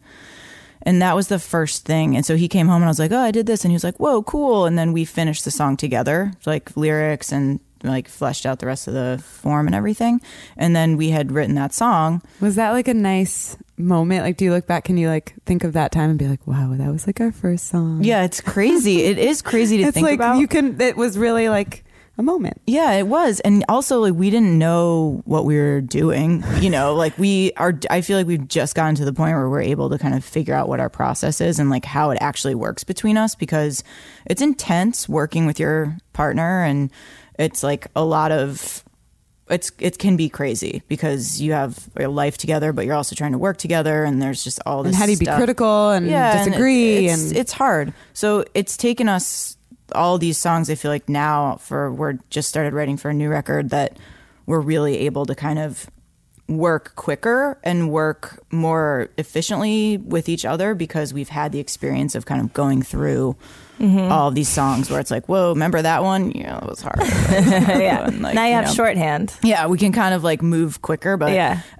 Speaker 4: And that was the first thing. And so he came home and I was like, Oh, I did this. And he was like, Whoa, cool. And then we finished the song together, like lyrics and like fleshed out the rest of the form and everything. And then we had written that song.
Speaker 2: was that like a nice moment? Like, do you look back? Can you like think of that time and be like, "Wow, that was like our first song."
Speaker 4: Yeah, it's crazy. it is crazy to
Speaker 2: It's
Speaker 4: think
Speaker 2: like
Speaker 4: about.
Speaker 2: you can. It was really like a moment.
Speaker 4: Yeah, it was. And also like we didn't know what we were doing, you know, like we are I feel like we've just gotten to the point where we're able to kind of figure out what our process is and like how it actually works between us because it's intense working with your partner and it's like a lot of it's it can be crazy because you have your life together but you're also trying to work together and there's just all this
Speaker 2: And how do you be
Speaker 4: stuff
Speaker 2: critical and
Speaker 4: it-
Speaker 2: disagree?
Speaker 4: it's,
Speaker 2: and
Speaker 4: it's hard. So it's taken us all these songs. I feel like now for we're just started writing for a new record that we're really able to kind of work quicker and work more efficiently with each other because we've had the experience of kind of going through
Speaker 2: Mm-hmm.
Speaker 4: all these songs where it's like, whoa, remember that one? Yeah, it was hard.
Speaker 3: yeah.
Speaker 4: And, like,
Speaker 3: now you
Speaker 4: you
Speaker 3: have
Speaker 4: know.
Speaker 3: shorthand.
Speaker 4: yeah, we can kind of like move quicker, but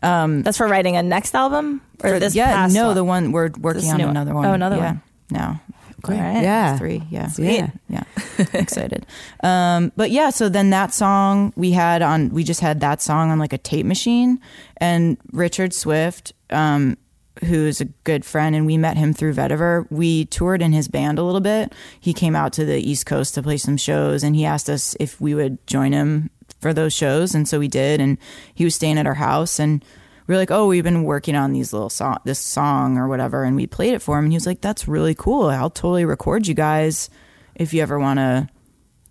Speaker 4: um,
Speaker 3: yeah. That's for writing a next album or
Speaker 4: for-
Speaker 3: this
Speaker 4: yeah,
Speaker 3: past
Speaker 4: no,
Speaker 3: one?
Speaker 4: the one we're working
Speaker 3: This
Speaker 4: on
Speaker 3: new one.
Speaker 4: another one.
Speaker 3: Oh, another
Speaker 4: yeah.
Speaker 3: one.
Speaker 4: No.
Speaker 3: All right.
Speaker 2: yeah,
Speaker 4: Three, yeah.
Speaker 2: yeah.
Speaker 4: Yeah. Excited. Um, but yeah, so then that song we had on, we just had that song on like a tape machine. And Richard Swift, um, who's a good friend, and we met him through Vetiver. We toured in his band a little bit. He came out to the East Coast to play some shows, and he asked us if we would join him for those shows. And so we did. And he was staying at our house. And we were like, oh, we've been working on these little song, this song or whatever, and we played it for him, and he was like, that's really cool. I'll totally record you guys if you ever want to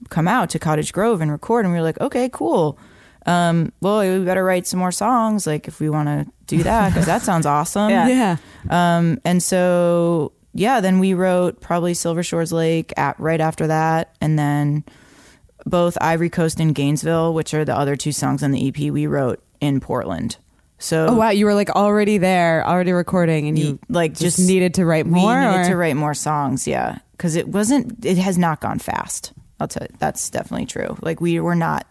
Speaker 4: come out to Cottage Grove and record. And we were like, okay, cool. Um, well, we better write some more songs, like if we want to do that, because that sounds awesome.
Speaker 2: yeah.
Speaker 4: Um, and so yeah, then we wrote probably Silver Shores Lake at, right after that, and then E both Ivory Coast and Gainesville, which are the other two songs on the EP, we wrote in Portland. So
Speaker 2: Oh wow, you were like already there, already recording, and you
Speaker 4: like
Speaker 2: just, needed to write
Speaker 4: we
Speaker 2: more.
Speaker 4: needed
Speaker 2: or-
Speaker 4: to write more songs, yeah, because it wasn't. It has not gone fast. I'll tell you, that's definitely true. Like we were not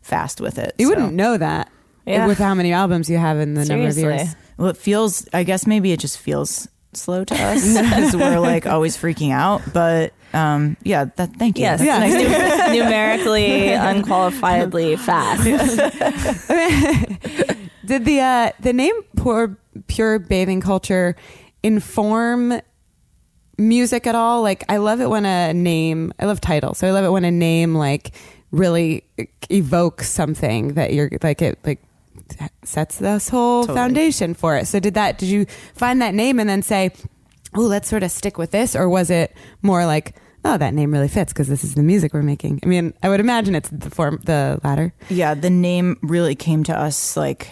Speaker 4: fast with it.
Speaker 2: you
Speaker 4: so.
Speaker 2: wouldn't know that
Speaker 3: Yeah.
Speaker 2: with how many albums you have in the number of years.
Speaker 3: Seriously.
Speaker 4: Well, it feels. I guess maybe it just feels slow to us because we're like always freaking out. But um, yeah, that. Thank you.
Speaker 3: Yes,
Speaker 4: That's nice.
Speaker 3: nu- numerically, unqualifiedly fast.
Speaker 2: Did the uh, the name "pure pure bathing culture" inform music at all? Like, I love it when a name, I love titles, so I love it when a name like really evokes something that you're like it like sets this whole foundation for it. So did that? Did you find that name and then say, "Oh, let's sort of stick with this," or was it more like? Oh, that name really fits because this is the music we're making. I mean, I would imagine it's the form, the latter.
Speaker 4: Yeah, the name really came to us like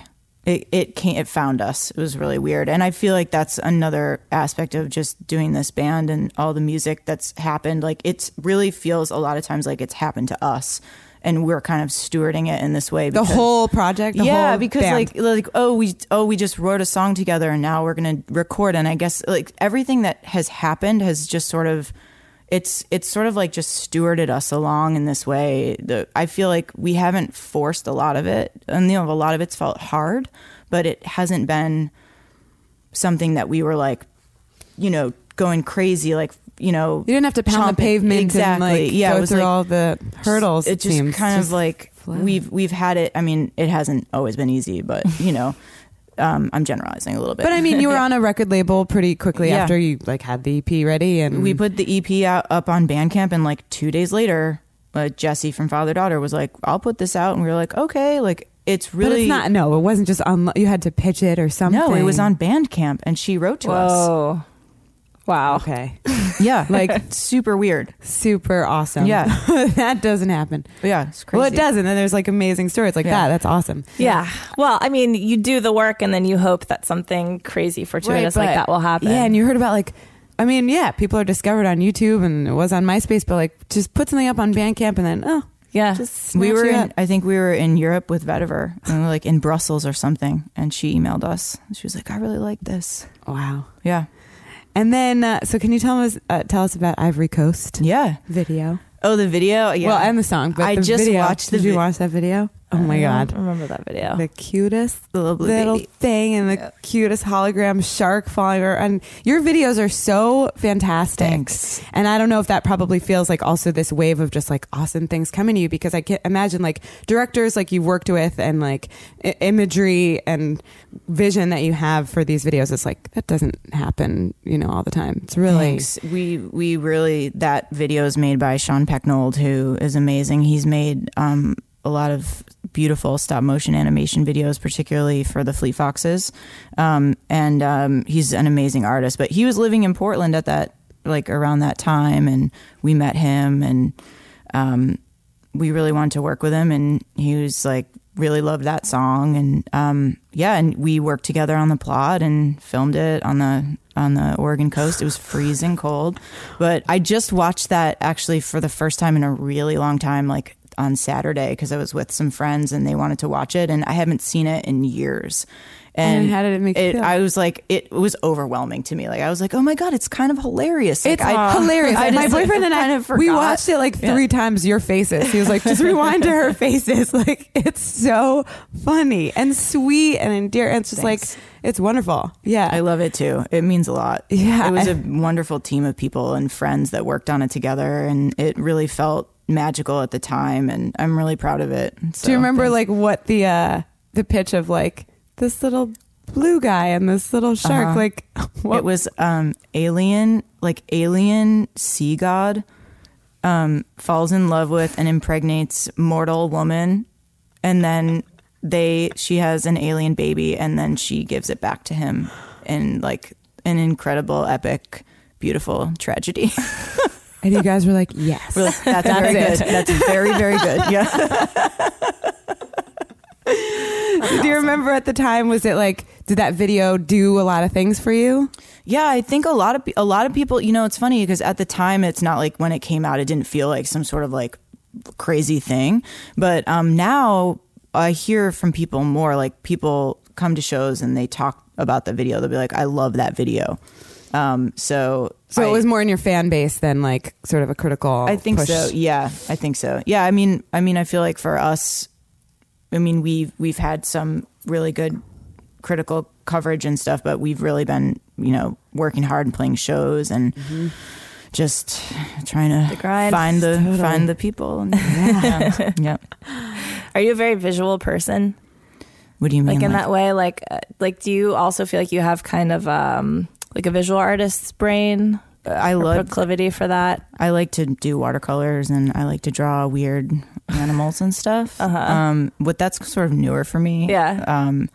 Speaker 4: it, it came it found us. It was really weird. And I feel like that's another aspect of just doing this band and all the music that's happened. Like it's really feels a lot of times like it's happened to us and we're kind of stewarding it in this way.
Speaker 2: The
Speaker 4: because-
Speaker 2: whole project, the
Speaker 4: yeah,
Speaker 2: whole
Speaker 4: because
Speaker 2: band.
Speaker 4: like like oh we oh we just wrote a song together and now we're gonna record and I guess like everything that has happened has just sort of it's it's sort of like just stewarded us along in this way. The, I feel like we haven't forced a lot of it, and you know a lot of it's felt hard, but it hasn't been something that we were like, you know, going crazy like you know
Speaker 2: You didn't have to pound
Speaker 4: chomping-
Speaker 2: the pavement
Speaker 4: exactly
Speaker 2: and like
Speaker 4: yeah
Speaker 2: go
Speaker 4: it was
Speaker 2: through
Speaker 4: like,
Speaker 2: all the hurdles.
Speaker 4: it just
Speaker 2: seems.
Speaker 4: kind
Speaker 2: Just-
Speaker 4: of like we've we've had it. I mean, it hasn't always been easy, but you know, um, I'm generalizing a little bit.
Speaker 2: But I mean, you were on a record label pretty quickly
Speaker 4: Yeah.
Speaker 2: after you like had the EP ready, and
Speaker 4: we put the EP out up on Bandcamp, and like two days later, uh, Jesse from Father Daughter was like, "I'll put this out," and we were like, "Okay." Like it's
Speaker 2: But
Speaker 4: really
Speaker 2: it's not. No, it wasn't just on. You had to pitch it or something.
Speaker 4: no, it was on Bandcamp, and she wrote to us.
Speaker 3: Whoa. Wow.
Speaker 2: Okay,
Speaker 4: Yeah, like super weird.
Speaker 2: super awesome.
Speaker 4: Yeah.
Speaker 2: that doesn't happen.
Speaker 4: Yeah, it's crazy.
Speaker 2: Well, it does, and then there's like amazing stories like
Speaker 4: Yeah.
Speaker 2: that. That's awesome.
Speaker 3: Yeah. Well, I mean, you do the work and then you hope that something crazy fortuitous like that will happen.
Speaker 2: Yeah, and you heard about like. I mean, yeah, people are discovered on YouTube and it was on MySpace, but like just put something up on Bandcamp and then oh,
Speaker 3: yeah.
Speaker 2: just
Speaker 4: we
Speaker 2: snatch
Speaker 4: were
Speaker 2: you
Speaker 4: in,
Speaker 2: up.
Speaker 4: I think we were in Europe with Vetiver, and we were, like in Brussels or something, and she emailed us. She was like, "I really like this."
Speaker 2: wow.
Speaker 4: Yeah,
Speaker 2: And then, uh, so can you tell us uh, tell us about Ivory Coast
Speaker 4: yeah.
Speaker 2: video?
Speaker 4: Oh, the video. Yeah.
Speaker 2: Well, and the song. But
Speaker 4: I
Speaker 2: the
Speaker 4: just
Speaker 2: video.
Speaker 4: watched the
Speaker 2: Did you
Speaker 4: vi-
Speaker 2: watch that video? Oh my
Speaker 3: I don't
Speaker 2: god,
Speaker 3: remember that video.
Speaker 2: the cutest
Speaker 4: the little blue
Speaker 2: little
Speaker 4: baby.
Speaker 2: thing and the cutest hologram shark falling over. And your videos are so fantastic.
Speaker 4: Thanks.
Speaker 2: And I don't know if that probably feels like also this wave of just like awesome things coming to you because I can imagine like directors like you've worked with and like I- imagery and vision that you have for these videos. It's like that doesn't happen, you know, all the time. It's really.
Speaker 4: Thanks. We we really that video is made by Sean Pecknold, who is amazing. He's made um, a lot of beautiful stop motion animation videos, particularly for the Fleet Foxes, um, and um, he's an amazing artist. But he was living in Portland at that like around that time, and we met him, and um, we really wanted to work with him, and he was like really loved that song and um yeah and we worked together on the plot and filmed it on the on the Oregon coast it was freezing cold but I just watched that actually for the first time in a really long time like on Saturday because I was with some friends and they wanted to watch it and I haven't seen it in years and,
Speaker 2: And how did it make you feel?
Speaker 4: I was like it was overwhelming to me like I was like oh my god it's kind of hilarious Like,
Speaker 2: It's
Speaker 4: I-
Speaker 2: hilarious.
Speaker 4: I
Speaker 2: Like, my
Speaker 4: just, like,
Speaker 2: boyfriend and
Speaker 4: kind
Speaker 2: I,
Speaker 4: of
Speaker 2: we
Speaker 4: forgot.
Speaker 2: watched it like
Speaker 4: Yeah.
Speaker 2: three times. Your faces. He was like, just rewind to her faces. Like it's so funny and sweet and endearing. It's just
Speaker 4: Thanks.
Speaker 2: like it's wonderful. Yeah,
Speaker 4: I love it too. It means a lot.
Speaker 2: Yeah.
Speaker 4: It was a wonderful team of people and friends that worked on it together and it really felt magical at the time and I'm really proud of it.
Speaker 2: Do you remember
Speaker 4: like?
Speaker 2: like what the uh the pitch of like this little blue guy and this little shark?
Speaker 4: Uh-huh.
Speaker 2: Like what
Speaker 4: It was um alien like alien sea god um falls in love with and impregnates mortal woman and then they she has an alien baby and then she gives it back to him in like an incredible epic beautiful tragedy.
Speaker 2: And you guys were like, yes.
Speaker 4: We're like, that's, very
Speaker 2: it.
Speaker 4: good. That's very very good. Yeah.
Speaker 2: Do you remember at the time? Was it like did that video do a lot of things for you?
Speaker 4: Yeah, I think a lot of pe- a lot of people, you know, it's funny because at the time it's not like when it came out it didn't feel like some sort of like crazy thing, but um now I hear from people more like people come to shows and they talk about the video. They'll be like, "I love that video." Um, so,
Speaker 2: So
Speaker 4: I-
Speaker 2: it was more in your fan base than like sort of a critical.
Speaker 3: Oh,
Speaker 4: I think
Speaker 2: push.
Speaker 4: so. Yeah, I think so. Yeah, I mean, I mean, I feel like for us, I mean, we've we've had some really good critical coverage and stuff, but we've really been, you know, working hard and playing shows and just trying to
Speaker 3: Mm-hmm. grind.
Speaker 4: find the find the people. And, yeah. yeah.
Speaker 3: Are you a very visual person?
Speaker 4: What do you mean?
Speaker 3: like in that way like uh, like do you also feel like you have kind of um like a visual artist's brain
Speaker 4: I
Speaker 3: or
Speaker 4: love
Speaker 3: proclivity for that
Speaker 4: I like to do watercolors and I like to draw weird animals and stuff. Um, but that's sort of newer for me.
Speaker 3: Uh-huh. Yeah.
Speaker 4: Um,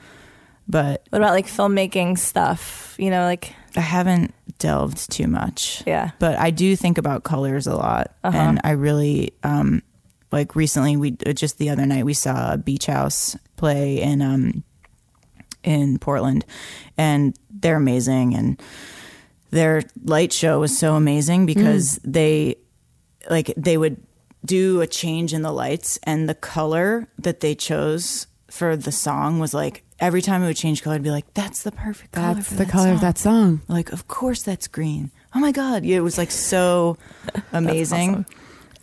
Speaker 4: but
Speaker 3: what about like filmmaking stuff you know like
Speaker 4: I haven't delved too much.
Speaker 3: Yeah.
Speaker 4: But I do think about colors a lot.
Speaker 2: Uh-huh.
Speaker 4: And I really, um, like recently, we uh, just the other night, we saw a beach house play in, um, in Portland and they're amazing. And their light show was so amazing because
Speaker 2: Mm.
Speaker 4: they, like, they would do a change in the lights and the color that they chose for the song was like, every time it would change color, I'd be like, that's the perfect color.
Speaker 2: That's
Speaker 4: for
Speaker 2: the
Speaker 4: that
Speaker 2: color
Speaker 4: song
Speaker 2: of that song.
Speaker 4: like of course that's green oh my god yeah, it was like so amazing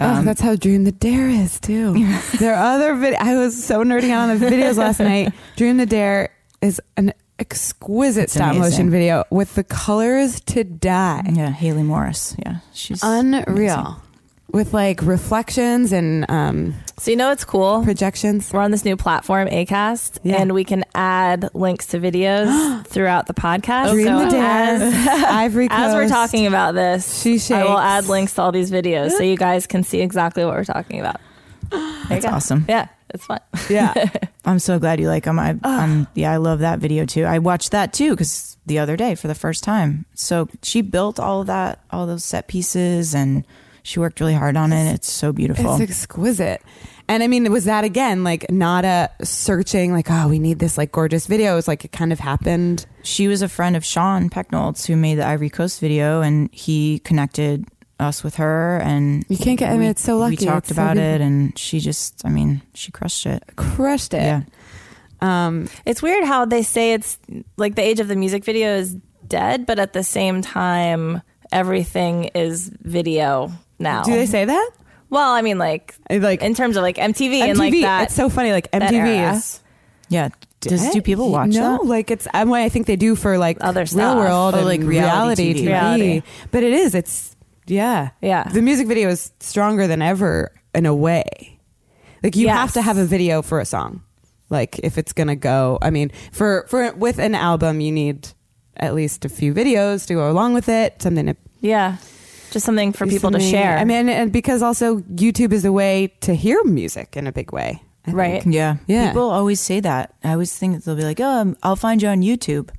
Speaker 3: Um,
Speaker 2: oh, that's how Dream the Dare is too. Their other video, I was so nerding out on the videos last night. Dream the Dare is an exquisite stop motion
Speaker 4: amazing.
Speaker 2: video with the colors to die.
Speaker 4: yeah haley morris yeah she's
Speaker 2: Unreal.
Speaker 4: amazing.
Speaker 2: With like reflections and um,
Speaker 3: so you know it's cool
Speaker 2: projections.
Speaker 3: we're on this new platform acast
Speaker 2: Yeah.
Speaker 3: and we can add links to videos throughout the podcast
Speaker 2: Dream
Speaker 3: so
Speaker 2: the Dare.
Speaker 3: as,
Speaker 2: Ivory Coast.
Speaker 3: as we're talking about this
Speaker 2: She
Speaker 3: i will
Speaker 2: shakes.
Speaker 3: add links to all these videos so you guys can see exactly what we're talking about
Speaker 4: that's awesome
Speaker 3: yeah it's fun
Speaker 2: Yeah.
Speaker 4: i'm so glad you like them i um, yeah i love that video too i watched that too because the other day for the first time so she built all of that all those set pieces and she worked really hard on it it's so beautiful
Speaker 2: It's exquisite. And I mean, was that again like not a searching like oh we need this like gorgeous video? It's like it kind of happened.
Speaker 4: she was a friend of sean pecknold's who made the ivory coast video and he connected us with her and
Speaker 2: You can't get. I
Speaker 4: we-
Speaker 2: mean, it's so lucky.
Speaker 4: We talked
Speaker 2: It's so
Speaker 4: about
Speaker 2: good.
Speaker 4: it, and she just, I mean, she crushed it.
Speaker 2: crushed it.
Speaker 4: Yeah.
Speaker 2: Um,
Speaker 3: It's weird how they say it's like the age of the music video is dead, but at the same time, everything is video now.
Speaker 2: do they say that?
Speaker 3: Well, I mean, like
Speaker 2: Like
Speaker 3: in terms of like MTV, and like
Speaker 2: MTV,
Speaker 3: that.
Speaker 2: It's so funny. Like
Speaker 3: that
Speaker 2: MTV
Speaker 3: era.
Speaker 2: is.
Speaker 4: Yeah. Does, do
Speaker 2: dead.
Speaker 4: people watch
Speaker 2: no,
Speaker 4: that?
Speaker 2: like it's. I, mean, I think they do for like
Speaker 3: Other
Speaker 2: real
Speaker 3: stuff.
Speaker 2: world
Speaker 4: Oh,
Speaker 2: and
Speaker 4: like
Speaker 2: like reality,
Speaker 4: reality TV.
Speaker 2: TV.
Speaker 3: Reality.
Speaker 2: But it is. It's yeah,
Speaker 3: Yeah.
Speaker 2: The music video is stronger than ever in a way. Like you have
Speaker 3: Yes.
Speaker 2: to have a video for a song. Like if it's gonna go, I mean, for for with an album, you need at least a few videos to go along with it. Something to
Speaker 3: yeah, just something for
Speaker 2: do
Speaker 3: people to
Speaker 2: something-
Speaker 3: share.
Speaker 2: I mean, and because also YouTube is a way to hear music in a big way. I think.
Speaker 3: right?
Speaker 4: Yeah.
Speaker 2: Yeah.
Speaker 4: People always say that. I always think that they'll be like, oh, I'll find you on YouTube.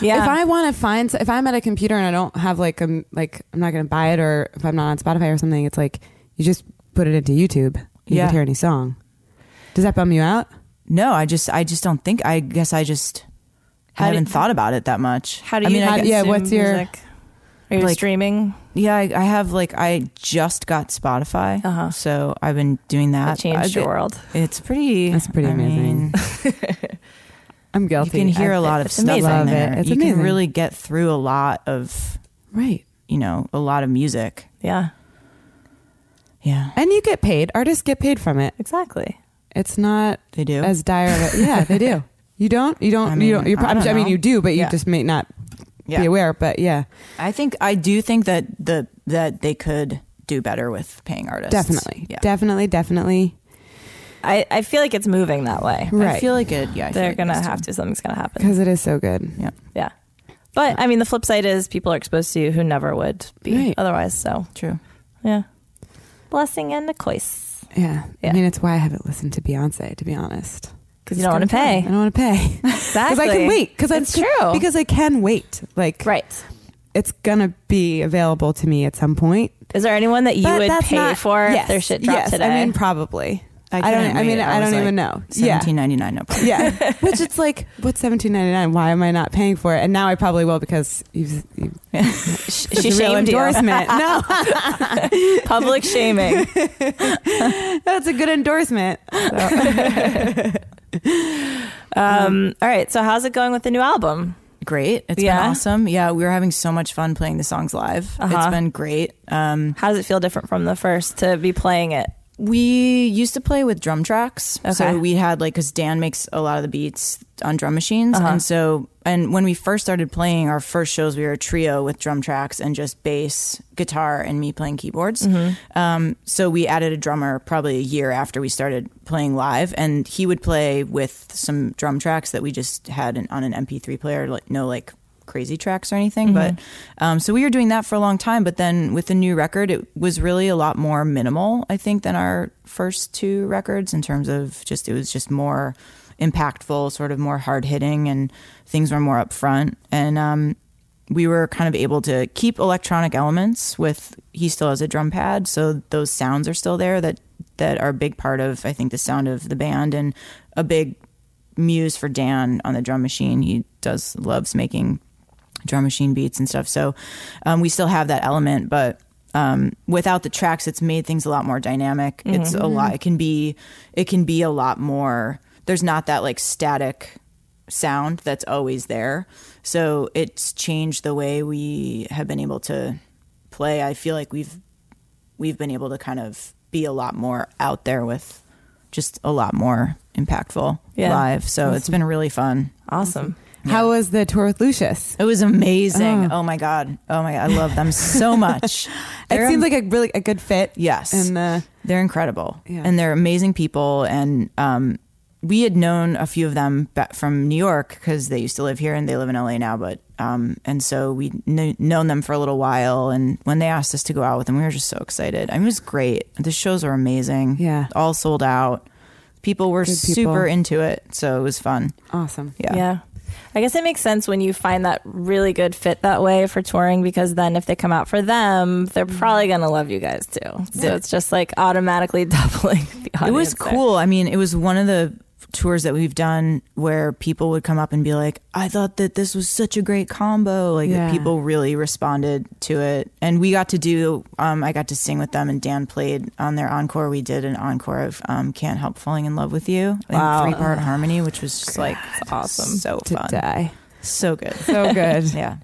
Speaker 3: Yeah.
Speaker 2: If I want to find, if I'm at a computer and I don't have like a like, I'm not going to buy it, or if I'm not on Spotify or something, it's like you just put it into YouTube. You
Speaker 4: Yeah.
Speaker 2: can hear any song. Does that bum you out?
Speaker 4: No, I just, I just don't think, I guess I just
Speaker 3: do-
Speaker 4: haven't thought about it that much.
Speaker 3: how do
Speaker 4: I
Speaker 3: you?
Speaker 4: mean, I
Speaker 2: how do
Speaker 4: guess-
Speaker 2: you-
Speaker 3: consume
Speaker 2: yeah, what's your-
Speaker 3: music? Are you
Speaker 4: Like-
Speaker 3: streaming?
Speaker 4: yeah, I, I have like, I just got Spotify.
Speaker 3: Uh-huh.
Speaker 4: So I've been doing that.
Speaker 3: That changed
Speaker 4: I-
Speaker 3: your world.
Speaker 4: It's pretty,
Speaker 2: That's pretty
Speaker 4: I
Speaker 2: amazing.
Speaker 4: mean,
Speaker 2: I'm
Speaker 4: you
Speaker 2: guilty.
Speaker 4: can hear
Speaker 2: I-
Speaker 4: a lot of
Speaker 3: It's
Speaker 4: stuff
Speaker 3: amazing.
Speaker 4: on
Speaker 2: Love it.
Speaker 4: there.
Speaker 2: It's
Speaker 4: you
Speaker 2: amazing.
Speaker 4: can really get through a lot of,
Speaker 2: right?
Speaker 4: you know, a lot of music.
Speaker 3: Yeah,
Speaker 4: Yeah.
Speaker 2: And you get paid. Artists get paid from it.
Speaker 3: exactly.
Speaker 2: It's not
Speaker 4: They do.
Speaker 2: as dire. Of a, yeah, they do. You don't. You don't.
Speaker 4: I
Speaker 2: you don't.
Speaker 4: mean,
Speaker 2: You're,
Speaker 4: I
Speaker 2: I,
Speaker 4: don't
Speaker 2: I mean,
Speaker 4: know.
Speaker 2: you do, but you
Speaker 4: Yeah.
Speaker 2: just may not
Speaker 4: Yeah.
Speaker 2: be aware. But yeah,
Speaker 4: I think I do think that the that they could do better with paying artists.
Speaker 2: definitely,
Speaker 4: Yeah.
Speaker 2: definitely, definitely.
Speaker 3: I, I feel like it's moving that way.
Speaker 4: I
Speaker 2: Right.
Speaker 4: feel like it. Yeah. I feel
Speaker 3: They're
Speaker 4: like
Speaker 3: gonna
Speaker 4: it's
Speaker 3: have
Speaker 4: too.
Speaker 3: to. Something's gonna happen.
Speaker 2: Because it is so good.
Speaker 4: Yeah.
Speaker 3: Yeah. But I mean, the flip side is people are exposed to you who never would be
Speaker 2: Right.
Speaker 3: otherwise. So,
Speaker 4: True.
Speaker 3: yeah. Blessing and a curse.
Speaker 2: Yeah.
Speaker 3: Yeah.
Speaker 2: I mean, it's why I haven't listened to Beyonce, to be honest.
Speaker 3: 'Cause you don't wanna
Speaker 2: it's kinda
Speaker 3: pay.
Speaker 2: fun. I don't want to pay. Because
Speaker 3: Exactly.
Speaker 2: I can wait. Because
Speaker 3: it's true.
Speaker 2: Because I can wait. Like,
Speaker 3: right.
Speaker 2: it's going to be available to me at some point.
Speaker 3: Is there anyone that you
Speaker 2: But
Speaker 3: would
Speaker 2: that's
Speaker 3: pay
Speaker 2: not-
Speaker 3: for if
Speaker 2: yes,
Speaker 3: their shit dropped
Speaker 2: yes,
Speaker 3: today?
Speaker 2: I mean, probably. I don't,
Speaker 4: couldn't
Speaker 2: I mean,
Speaker 4: wait.
Speaker 2: I,
Speaker 4: was
Speaker 2: don't
Speaker 4: like,
Speaker 2: even know.
Speaker 4: Seventeen
Speaker 2: Yeah.
Speaker 4: ninety nine. No problem.
Speaker 2: yeah. Which it's like, what's seventeen ninety nine? Why am I not paying for it? And now I probably will because you've, you
Speaker 3: Sh-
Speaker 2: it's
Speaker 3: she
Speaker 2: a real
Speaker 3: shamed you.
Speaker 2: endorsement. no,
Speaker 3: Public shaming.
Speaker 2: that's a good endorsement. So.
Speaker 3: Um, all right. So how's it going with the new album?
Speaker 4: Great. It's
Speaker 3: Yeah? Uh-huh.
Speaker 4: been awesome. Yeah, we were having so much fun playing the songs live. It's been great. Um,
Speaker 3: How does it feel different from the first to be playing it?
Speaker 4: we used to play with drum tracks.
Speaker 3: Okay.
Speaker 4: So we had like, because Dan makes a lot of the beats on drum machines. And so, and when we first started playing our first shows, we were a trio with drum tracks and just bass, guitar, and me playing keyboards. Um, so we added a drummer probably a year after we started playing live. And he would play with some drum tracks that we just had an, on an MP3 player, like no like crazy tracks or anything. But um, so we were doing that for a long time. But then with the new record, it was really a lot more minimal, I think, than our first two records in terms of just it was just more impactful, sort of more hard hitting, and things were more upfront. And um, we were kind of able to keep electronic elements with he still has a drum pad so those sounds are still there that that are a big part of i think the sound of the band and a big muse for dan on the drum machine he does loves making drum machine beats and stuff so um, we still have that element but um, without the tracks it's made things a lot more dynamic it's a lot it can be it can be a lot more there's not that like static sound that's always there. So it's changed the way we have been able to play. I feel like we've we've been able to kind of be a lot more out there with just a lot more impactful
Speaker 3: Yeah.
Speaker 4: live. So it's been really fun.
Speaker 3: Awesome.
Speaker 2: How was the tour with Lucius?
Speaker 4: It was amazing. Oh, my god. Oh my god. I love them so much.
Speaker 2: It
Speaker 4: They're
Speaker 2: seems like a really a good fit.
Speaker 4: Yes.
Speaker 2: And uh,
Speaker 4: They're incredible,
Speaker 2: Yeah.
Speaker 4: and they're amazing people. And um, we had known a few of them ba- from New York because they used to live here, and they live in LA now. But um, and so we kn- known them for a little while. And when they asked us to go out with them, we were just so excited. I mean, it was great. The shows were amazing.
Speaker 2: Yeah.
Speaker 4: all sold out. People were
Speaker 2: Good people.
Speaker 4: super into it, so it was fun.
Speaker 2: awesome.
Speaker 4: Yeah.
Speaker 3: Yeah. I guess it makes sense when you find that really good fit that way for touring because then if they come out for them, they're
Speaker 4: Mm-hmm.
Speaker 3: probably going to love you guys too. So it's just like automatically doubling the audience.
Speaker 4: It was
Speaker 3: there.
Speaker 4: cool. I mean, it was one of the tours that we've done where people would come up and be like, "I thought that this was such a great combo." Like
Speaker 2: Yeah.
Speaker 4: people really responded to it, and we got to do. Um, I got to sing with them, and Dan played on their encore. We did an encore of um, "Can't Help Falling in Love with You"
Speaker 3: Wow.
Speaker 4: in three part harmony, which was just like
Speaker 3: awesome.
Speaker 4: so
Speaker 2: To
Speaker 4: fun,
Speaker 2: die.
Speaker 4: so good.
Speaker 2: So good.
Speaker 4: yeah,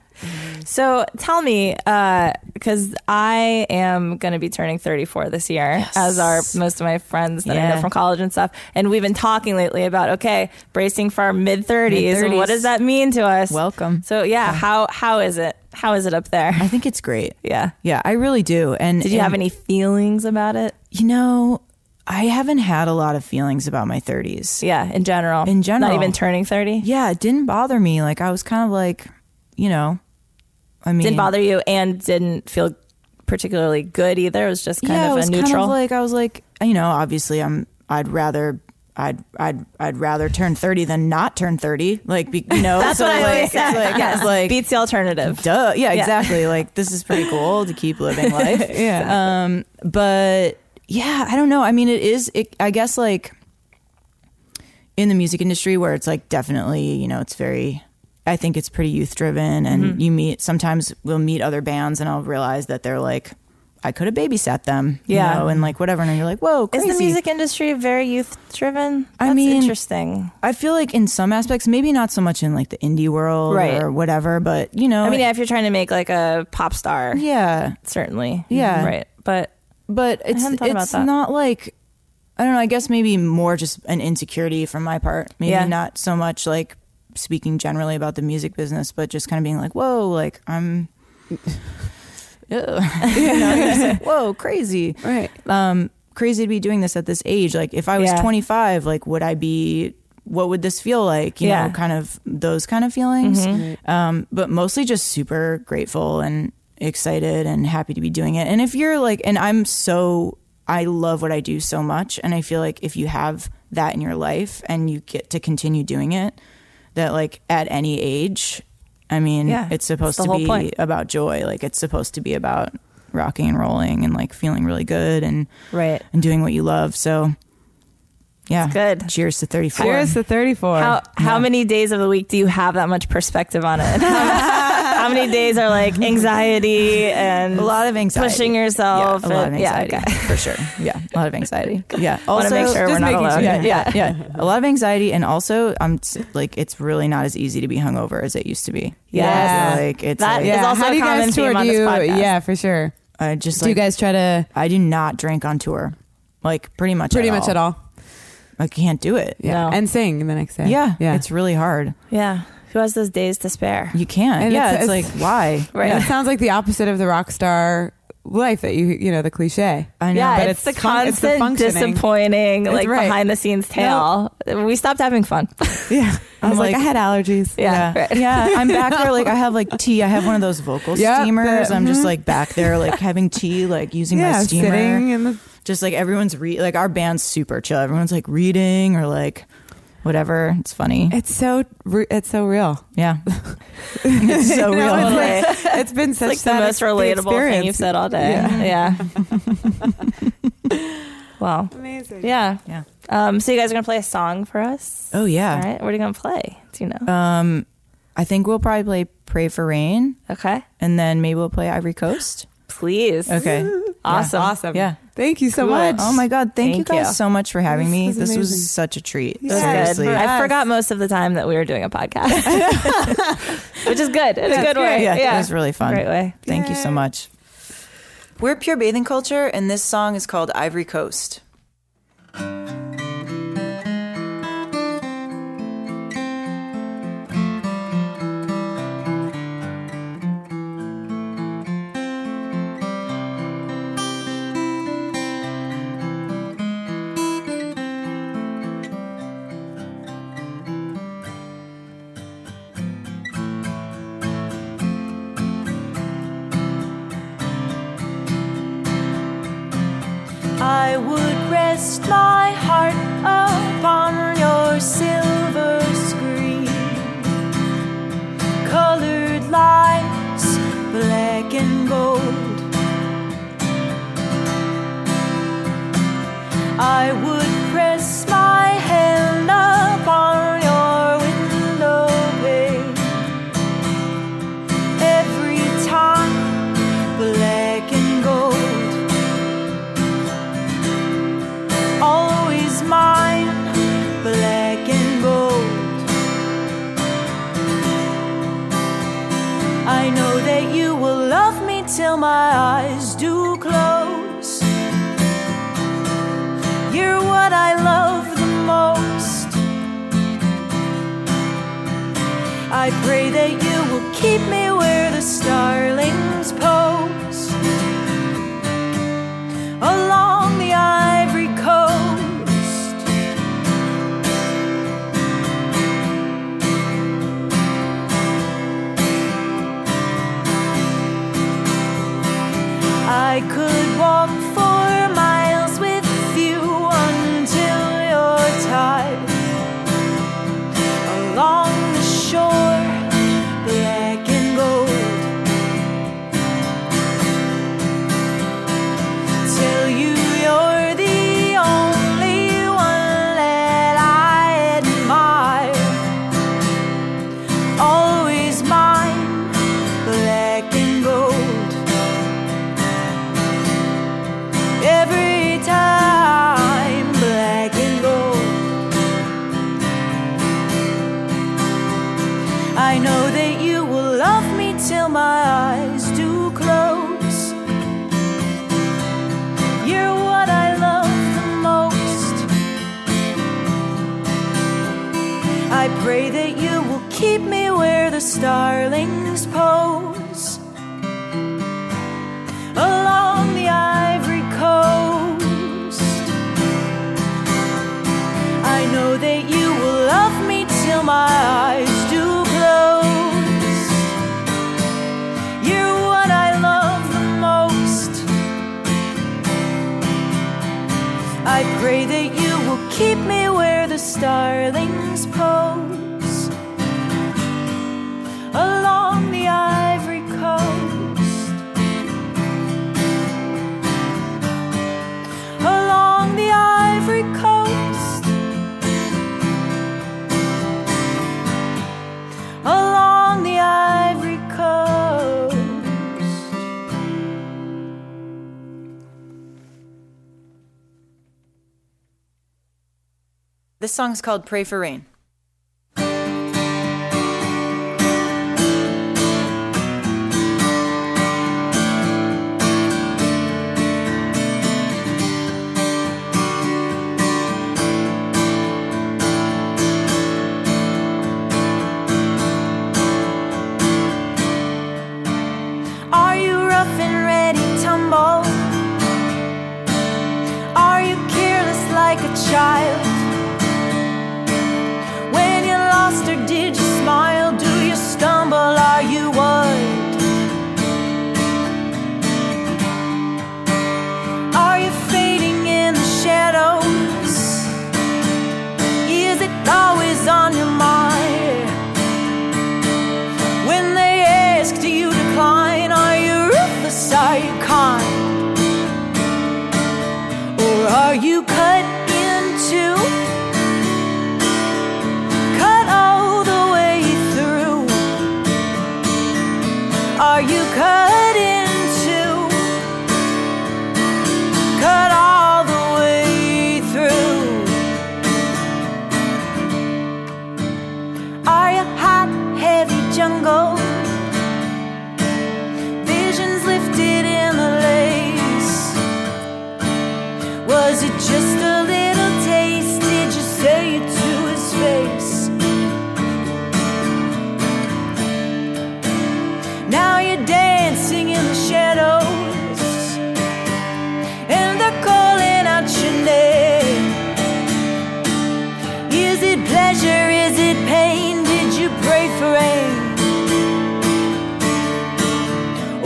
Speaker 3: So tell me, because I am going to be turning 34 this year, as are most of my friends that I know
Speaker 4: Yeah.
Speaker 3: from college and stuff. And we've been talking lately about okay, bracing for our mid 30s. What does that mean to us?
Speaker 4: welcome.
Speaker 3: So yeah, how how is it? How is it up there?
Speaker 4: I think it's great.
Speaker 3: Yeah.
Speaker 4: Yeah, I really do. And
Speaker 3: Did you
Speaker 4: and-
Speaker 3: have any feelings about it?
Speaker 4: You know, I haven't had a lot of feelings about my thirties.
Speaker 3: Yeah, in general.
Speaker 4: In general.
Speaker 3: Not even turning 30?
Speaker 4: yeah, it didn't bother me. Like I was kind of like, you know, I mean,
Speaker 3: Didn't bother you and didn't feel particularly good either. It was just kind
Speaker 4: yeah,
Speaker 3: of
Speaker 4: it was
Speaker 3: a
Speaker 4: Kind
Speaker 3: neutral.
Speaker 4: of like I was like, you know, obviously I'm. I'd rather. I'd I'd I'd rather turn thirty than not turn thirty. Like be, you know,
Speaker 3: That's
Speaker 4: so
Speaker 3: what I
Speaker 4: like,
Speaker 3: always
Speaker 4: it's
Speaker 3: say.
Speaker 4: like,
Speaker 3: yes.
Speaker 4: it's like
Speaker 3: Beats the alternative.
Speaker 4: duh. Yeah, exactly. Like this is pretty cool to keep living life. yeah. Um, but yeah, I don't know. I mean, it is. It, I guess like in the music industry where it's like definitely you know it's very. I think it's pretty youth driven, and
Speaker 3: Mm-hmm.
Speaker 4: you meet sometimes we'll meet other bands, and I'll realize that they're like. I could have babysat them,
Speaker 3: Yeah.
Speaker 4: you know, and like whatever. And you're like, whoa, crazy.
Speaker 3: Is the music industry very youth driven?
Speaker 4: I
Speaker 3: That's
Speaker 4: mean-
Speaker 3: interesting.
Speaker 4: I feel like in some aspects, maybe not so much in like the indie world
Speaker 3: Right.
Speaker 4: or whatever, but you know,
Speaker 3: I mean, yeah, if you're trying to make like a pop star,
Speaker 4: yeah,
Speaker 3: certainly.
Speaker 4: Yeah.
Speaker 3: Right. But
Speaker 4: but it's
Speaker 3: hadn't thought about
Speaker 4: it's
Speaker 3: that.
Speaker 4: not like I don't know. I guess maybe more just an insecurity from my part. Maybe
Speaker 3: Yeah.
Speaker 4: not so much like speaking generally about the music business, but just kind of being like, "Whoa, like I'm." Ew. you know, you're just like, whoa, crazy
Speaker 2: Right.
Speaker 4: um, crazy to be doing this at this age. Like if I was
Speaker 3: Yeah.
Speaker 4: 25, like would I be? What would this feel like? You
Speaker 3: Yeah. Mm-hmm.
Speaker 4: know, kind of those kind of feelings. Um, but mostly just super grateful and excited and happy to be doing it. And if you're like, and I'm so, I love what I do so much, and I feel like if you have that in your life and you get to continue doing it, that like at any age. I mean,
Speaker 3: Yeah.
Speaker 4: it's
Speaker 3: It's
Speaker 4: supposed
Speaker 3: the
Speaker 4: to
Speaker 3: whole
Speaker 4: be
Speaker 3: point.
Speaker 4: about joy. Like it's supposed to be about rocking and rolling and like feeling really good and
Speaker 3: Right.
Speaker 4: and doing what you love. So yeah,
Speaker 3: good.
Speaker 4: Cheers to thirty four.
Speaker 2: Here's the 34.
Speaker 3: how how many days of the week do you have that much perspective on it? And how, how many days are like anxiety and
Speaker 6: a lot of anxiety.
Speaker 3: pushing yourself?
Speaker 6: Yeah, a lot of
Speaker 3: and- yeah,
Speaker 6: anxiety
Speaker 3: okay.
Speaker 6: for sure. Yeah, a lot of anxiety. Yeah,
Speaker 3: Wanna make sure we're
Speaker 6: just
Speaker 3: not
Speaker 6: making
Speaker 3: alone.
Speaker 6: Yeah, yeah, yeah. A lot of anxiety, and also, um, s- like it's really not as easy to be hungover as it used to be.
Speaker 3: Yeah.
Speaker 6: So, like it's
Speaker 3: That
Speaker 6: like,
Speaker 3: is
Speaker 2: yeah.
Speaker 3: also
Speaker 2: How
Speaker 3: a
Speaker 2: do you
Speaker 3: common
Speaker 2: guys tour?
Speaker 3: theme on
Speaker 2: do
Speaker 3: this
Speaker 2: you?
Speaker 3: podcast.
Speaker 2: Yeah, for sure.
Speaker 6: I just
Speaker 2: Do you
Speaker 6: like,
Speaker 2: guys try to
Speaker 6: I do not drink on tour, like pretty much,
Speaker 2: pretty much at all?
Speaker 6: I can't do it.
Speaker 2: Yeah,
Speaker 3: No.
Speaker 2: and sing the next day.
Speaker 6: Yeah,
Speaker 2: yeah.
Speaker 6: it's really hard.
Speaker 3: Yeah. Who has those days to spare?
Speaker 6: You can't.
Speaker 2: And
Speaker 6: yeah,
Speaker 2: it's-
Speaker 6: it's,
Speaker 2: it's-
Speaker 6: like why?
Speaker 2: right. It sounds like the opposite of the rock star life that you you know the cliche.
Speaker 6: I know,
Speaker 3: yeah,
Speaker 6: but
Speaker 3: it's, the
Speaker 2: fun- it's the
Speaker 3: constant
Speaker 2: functioning.
Speaker 3: disappointing, like
Speaker 2: right.
Speaker 3: behind the scenes tale. We stopped having fun.
Speaker 6: yeah.
Speaker 2: I was like, I had allergies.
Speaker 3: Yeah,
Speaker 6: Yeah.
Speaker 3: right.
Speaker 6: Yeah, I'm back there. Like I have like tea. I have one of those vocal
Speaker 2: Yeah,
Speaker 6: steamers.
Speaker 2: the-
Speaker 6: I'm just like back there, like having tea, like using
Speaker 2: Yeah,
Speaker 6: my steamer.
Speaker 2: sitting in the
Speaker 6: Just like everyone's re like our band's super chill. Everyone's like reading or like whatever. It's funny.
Speaker 2: It's so re- it's so real.
Speaker 6: yeah, it's so
Speaker 2: You
Speaker 6: real.
Speaker 2: know, it's like-
Speaker 3: Totally.
Speaker 2: it's been such
Speaker 3: like the
Speaker 2: that ex-
Speaker 3: most relatable
Speaker 2: experience.
Speaker 3: thing you've said all day. Yeah. wow.
Speaker 2: Amazing.
Speaker 3: Yeah.
Speaker 6: Yeah.
Speaker 3: Um, so you guys are gonna play a song for us.
Speaker 6: oh yeah.
Speaker 3: All right. What are you gonna play? Do you know?
Speaker 6: Um, I think we'll probably play "Pray for Rain"
Speaker 3: okay.
Speaker 6: and then maybe we'll play "Ivory Coast."
Speaker 3: Please.
Speaker 6: Okay.
Speaker 3: Awesome.
Speaker 2: Awesome.
Speaker 6: Yeah.
Speaker 2: Thank you so
Speaker 3: Cool.
Speaker 2: much.
Speaker 6: Oh my god! Thank, you
Speaker 3: Thank
Speaker 6: guys
Speaker 3: you.
Speaker 6: so much for having me.
Speaker 2: This was
Speaker 6: This
Speaker 2: amazing.
Speaker 6: was such a treat.
Speaker 2: Yeah.
Speaker 3: It was
Speaker 6: Seriously.
Speaker 3: good.
Speaker 2: Yes.
Speaker 3: I forgot most of the time that we were doing a podcast, which is good. It's a good way.
Speaker 6: Yeah,
Speaker 3: Yeah,
Speaker 6: it was really fun.
Speaker 3: Great way.
Speaker 6: Thank you so much. We're Pure Bathing Culture, and this song is called Ivory Coast.
Speaker 4: I would rest my heart upon your silver screen. Colored lights, black and gold. I would press my hand upon your window pane. Every time, black and gold always mine, black and gold. I know that you will love me till my eyes do close. You're what I love the most. I pray that you will keep me where the starlings pose along the ivory coast. I could walk four miles with you until you're tired. Along the shore, black and gold. tell you you're the only one that I admire. Always mine, black and gold. Every time, black and gold. I know that you will love me till my eyes do close. You're what I love the most. I pray that you will keep me where the starlings pose along the ivory coast. I know that you will love me till my eyes do close. You're what I love the most. I pray that you will keep me where the starlings pose along the ivory coast. Along the ivory coast. Along the ivory coast. This song's called Pray for Rain. Are you rough and ready to tumble? Are you careless like a child? When you lost or did you smile? Do you stumble? Are you worried? Are you fading in the shadows? Is it always on your mind? When they ask, do you decline? Are you ruthless? Are you kind? Or are you cut into? Cut all the way through? Are you cut into? Cut all the way through? Are you hot, heavy jungle? Visions lifted in the lace. Was it just a little taste? Did you say it to his face? Now you're dancing in the shadows, and they're calling out your name. Is it pleasure? Is it pain? Did you pray for rain?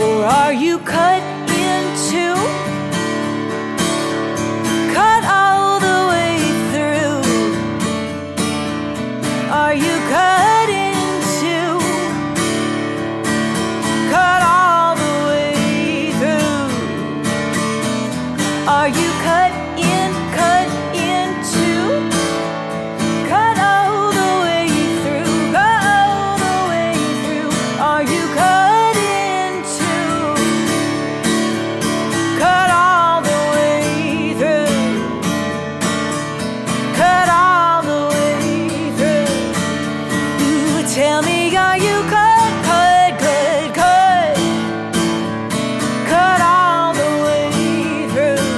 Speaker 4: Or are you cut in two? Cut all the way through? Are you cut in two? Cut all the way through? Are you cut in, cut in two? Cut all the way through, cut all the way through. Are you cut in two? Cut all the way through. Cut all the way through. Ooh, tell me, are you cut, cut, cut, cut? Cut all the way through.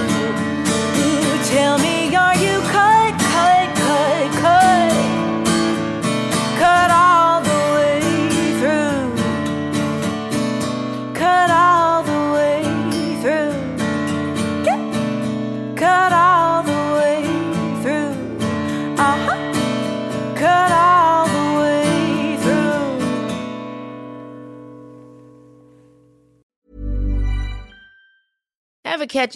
Speaker 4: Ooh, tell me, are you cut, cut, cut, cut? Cut all the way through. Cut all the way through. Yeah. Cut all the way through. Uh-huh. Cut all the way through.
Speaker 7: Ever catch